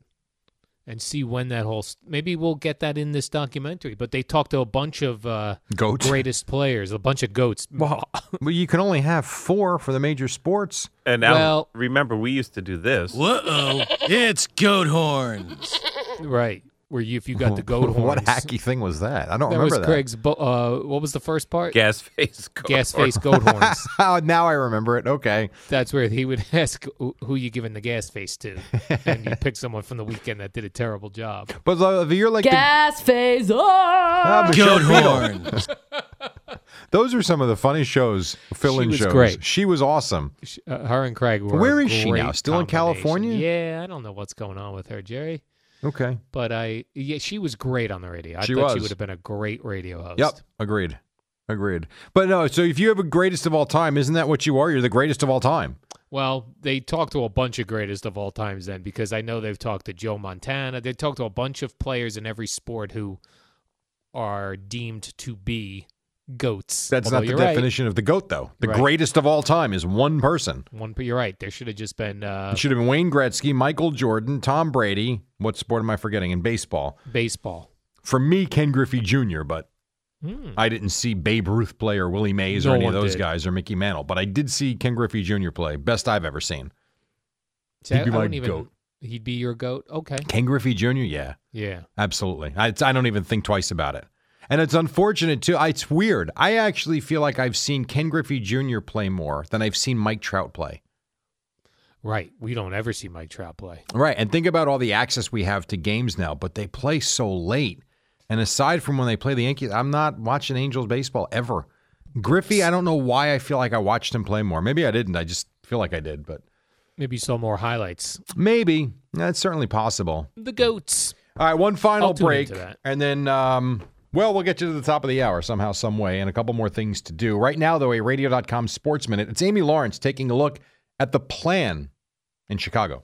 B: and see when that whole. s- Maybe we'll get that in this documentary. But they talked to a bunch of uh,
A: Goat. <laughs>
B: greatest players, a bunch of goats.
A: Well, well, you can only have four for the major sports.
E: And now,
B: Well-
E: remember, we used to do this.
F: Whoa, it's goat horns.
B: right, where you if you
A: <laughs>
B: got the goat horns.
A: what hacky thing was that? I don't
B: that
A: remember
B: was
A: that. <laughs>
B: Craig's. Bo- uh, what was the first part?
E: Gas face. goat <laughs>
B: Gas
E: horn.
B: face goat horns.
A: Oh, now I remember it. Okay.
B: That's where he would <laughs> ask who who you giving the gas face to, and you pick someone from the weekend that did a terrible job.
A: But uh, if you're like the- <laughs>
G: Gas phase
A: Ah,
G: on.
A: Michelle
F: Goat
B: <laughs>
A: Beadle.
F: horns.
A: <laughs> Those are some of the funny shows, fill-in
B: She was
A: shows.
B: great.
A: She was awesome.
B: Sh- uh, her and Craig were. a
A: Where is she
B: great
A: now? Still in
B: combination.
A: California?
B: Yeah, I don't know what's going on with her, Jerry.
A: Okay.
B: But I, yeah, she was great on the radio. I
A: She
B: thought she
A: was.
B: would have been a great radio host.
A: Yep. Agreed. Agreed. But no, so if you have a greatest of all time, isn't that what you are? You're the greatest of all time.
B: Well, they talked to a bunch of greatest of all times then, because I know they've talked to Joe Montana. They've talked to a bunch of players in every sport who are deemed to be goats.
A: That's
B: Although
A: not the
B: you're right.
A: definition of the goat, though. The
B: Right.
A: greatest of all time is one person.
B: One, but you're right. There should have just been uh,
A: It should have been Wayne Gretzky, Michael Jordan, Tom Brady. What sport am I forgetting? In baseball.
B: baseball.
A: For me, Ken Griffey Jr., but
B: Hmm.
A: I didn't see Babe Ruth play or Willie Mays
B: No
A: or any of
B: one
A: those
B: did.
A: guys or Mickey Mantle. But I did see Ken Griffey Jr. play. Best I've ever seen.
B: See, I-
A: He'd be
B: I
A: my
B: wouldn't even-
A: goat.
B: He'd be your goat. Okay.
A: Ken Griffey Jr., yeah.
B: Yeah.
A: Absolutely. I, it's- I don't even think twice about it. And it's unfortunate, too. I, it's weird. I actually feel like I've seen Ken Griffey Jr. play more than I've seen Mike Trout play.
B: Right. We don't ever see Mike Trout play.
A: Right. And think about all the access we have to games now, but they play so late. And aside from when they play the Yankees, I'm not watching Angels baseball ever. Griffey, I don't know why I feel like I watched him play more. Maybe I didn't. I just feel like I did, but
B: Maybe you saw more highlights.
A: maybe. That's certainly possible.
B: The goats.
A: All right, one final
B: I'll tune
A: break,
B: into that.
A: and then um, well, we'll get you to the top of the hour somehow, some way, and a couple more things to do. Right now, though, a Radio.com Sports Minute. It's Amy Lawrence taking a look at the plan in Chicago.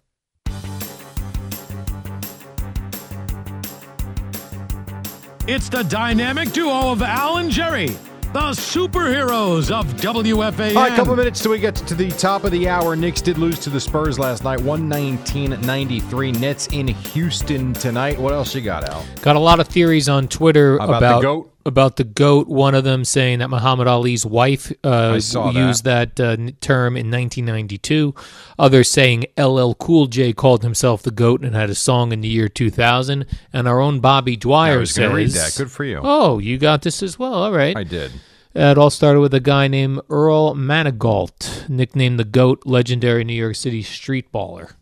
D: It's the dynamic duo of Al and Jerry, the superheroes of WFAN.
A: All right, a couple minutes till we get to the top of the hour. Knicks did lose to the Spurs last night, 119-93. Nets in Houston tonight. What else you got, Al?
B: Got a lot of theories on Twitter
A: About the
B: about,
A: goat?
B: about the goat. One of them saying that Muhammad Ali's wife uh,
A: I saw that.
B: used that, uh, n- term in 1992. Others saying LL Cool J called himself the goat and had a song in the year 2000. And our own Bobby Dwyer
A: I was
B: says,
A: gonna read that. Good for you.
B: Oh, you got this as well. All right.
A: I did.
B: Uh, It all started with a guy named Earl Manigault, nicknamed the Goat, legendary New York City street baller.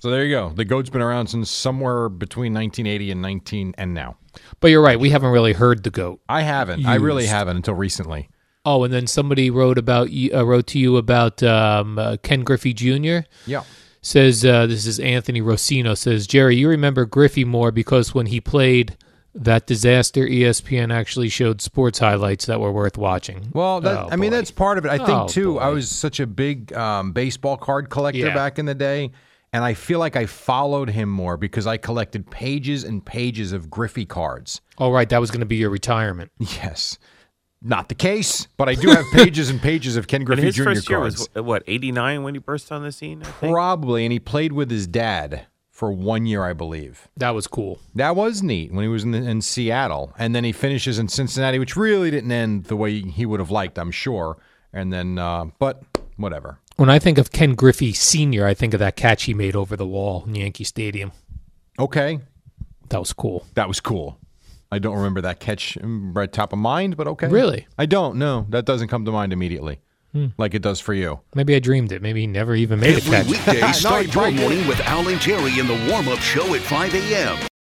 A: So there you go. The goat's been around since somewhere between 1980 and 19 and now.
B: But you're right, we haven't really heard the Goat.
A: I haven't. I really
B: Used.
A: haven't until recently.
B: Oh, and then somebody wrote about you- uh, wrote to you about um, uh, Ken Griffey Jr.
A: Yeah.
B: says uh, this is Anthony Rossino says Jerry, you remember Griffey more because when he played that disaster, E ESPN actually showed sports highlights that were worth watching.
A: Well, that,
B: Oh,
A: I mean,
B: boy.
A: that's part of it. I think
B: Oh,
A: too. I was such a big um, baseball card collector
B: Yeah.
A: back in the day, and I feel like I followed him more because I collected pages and pages of Griffey cards.
B: all Oh, right, that was going to be your retirement.
A: Yes, not the case, but I do
E: <laughs>
A: have pages and pages of Ken
E: And
A: Griffey
E: his
A: Jr.
E: first
A: cards.
E: year was uh, what eighty nine when he burst on the scene.
A: Probably, and he played with his dad for one year, I believe.
B: That was cool.
A: That was neat when he was in, in Seattle, and then he finishes in Cincinnati, which really didn't end the way he would have liked, I'm sure. And then, uh, but whatever.
B: When I think of Ken Griffey Sr., I think of that catch he made over the wall in Yankee Stadium.
A: Okay,
B: That was cool.
A: That was cool. I don't remember that catch um, right top of mind, but okay.
B: Really?
A: I don't. No, that doesn't come to mind immediately,
B: Hmm.
A: like it does for you.
B: Maybe I dreamed it. Maybe he never even made a
H: Every
B: catch.
H: weekday, start your
A: right.
H: morning with Al and Jerry in the warm-up show at 5 a.m.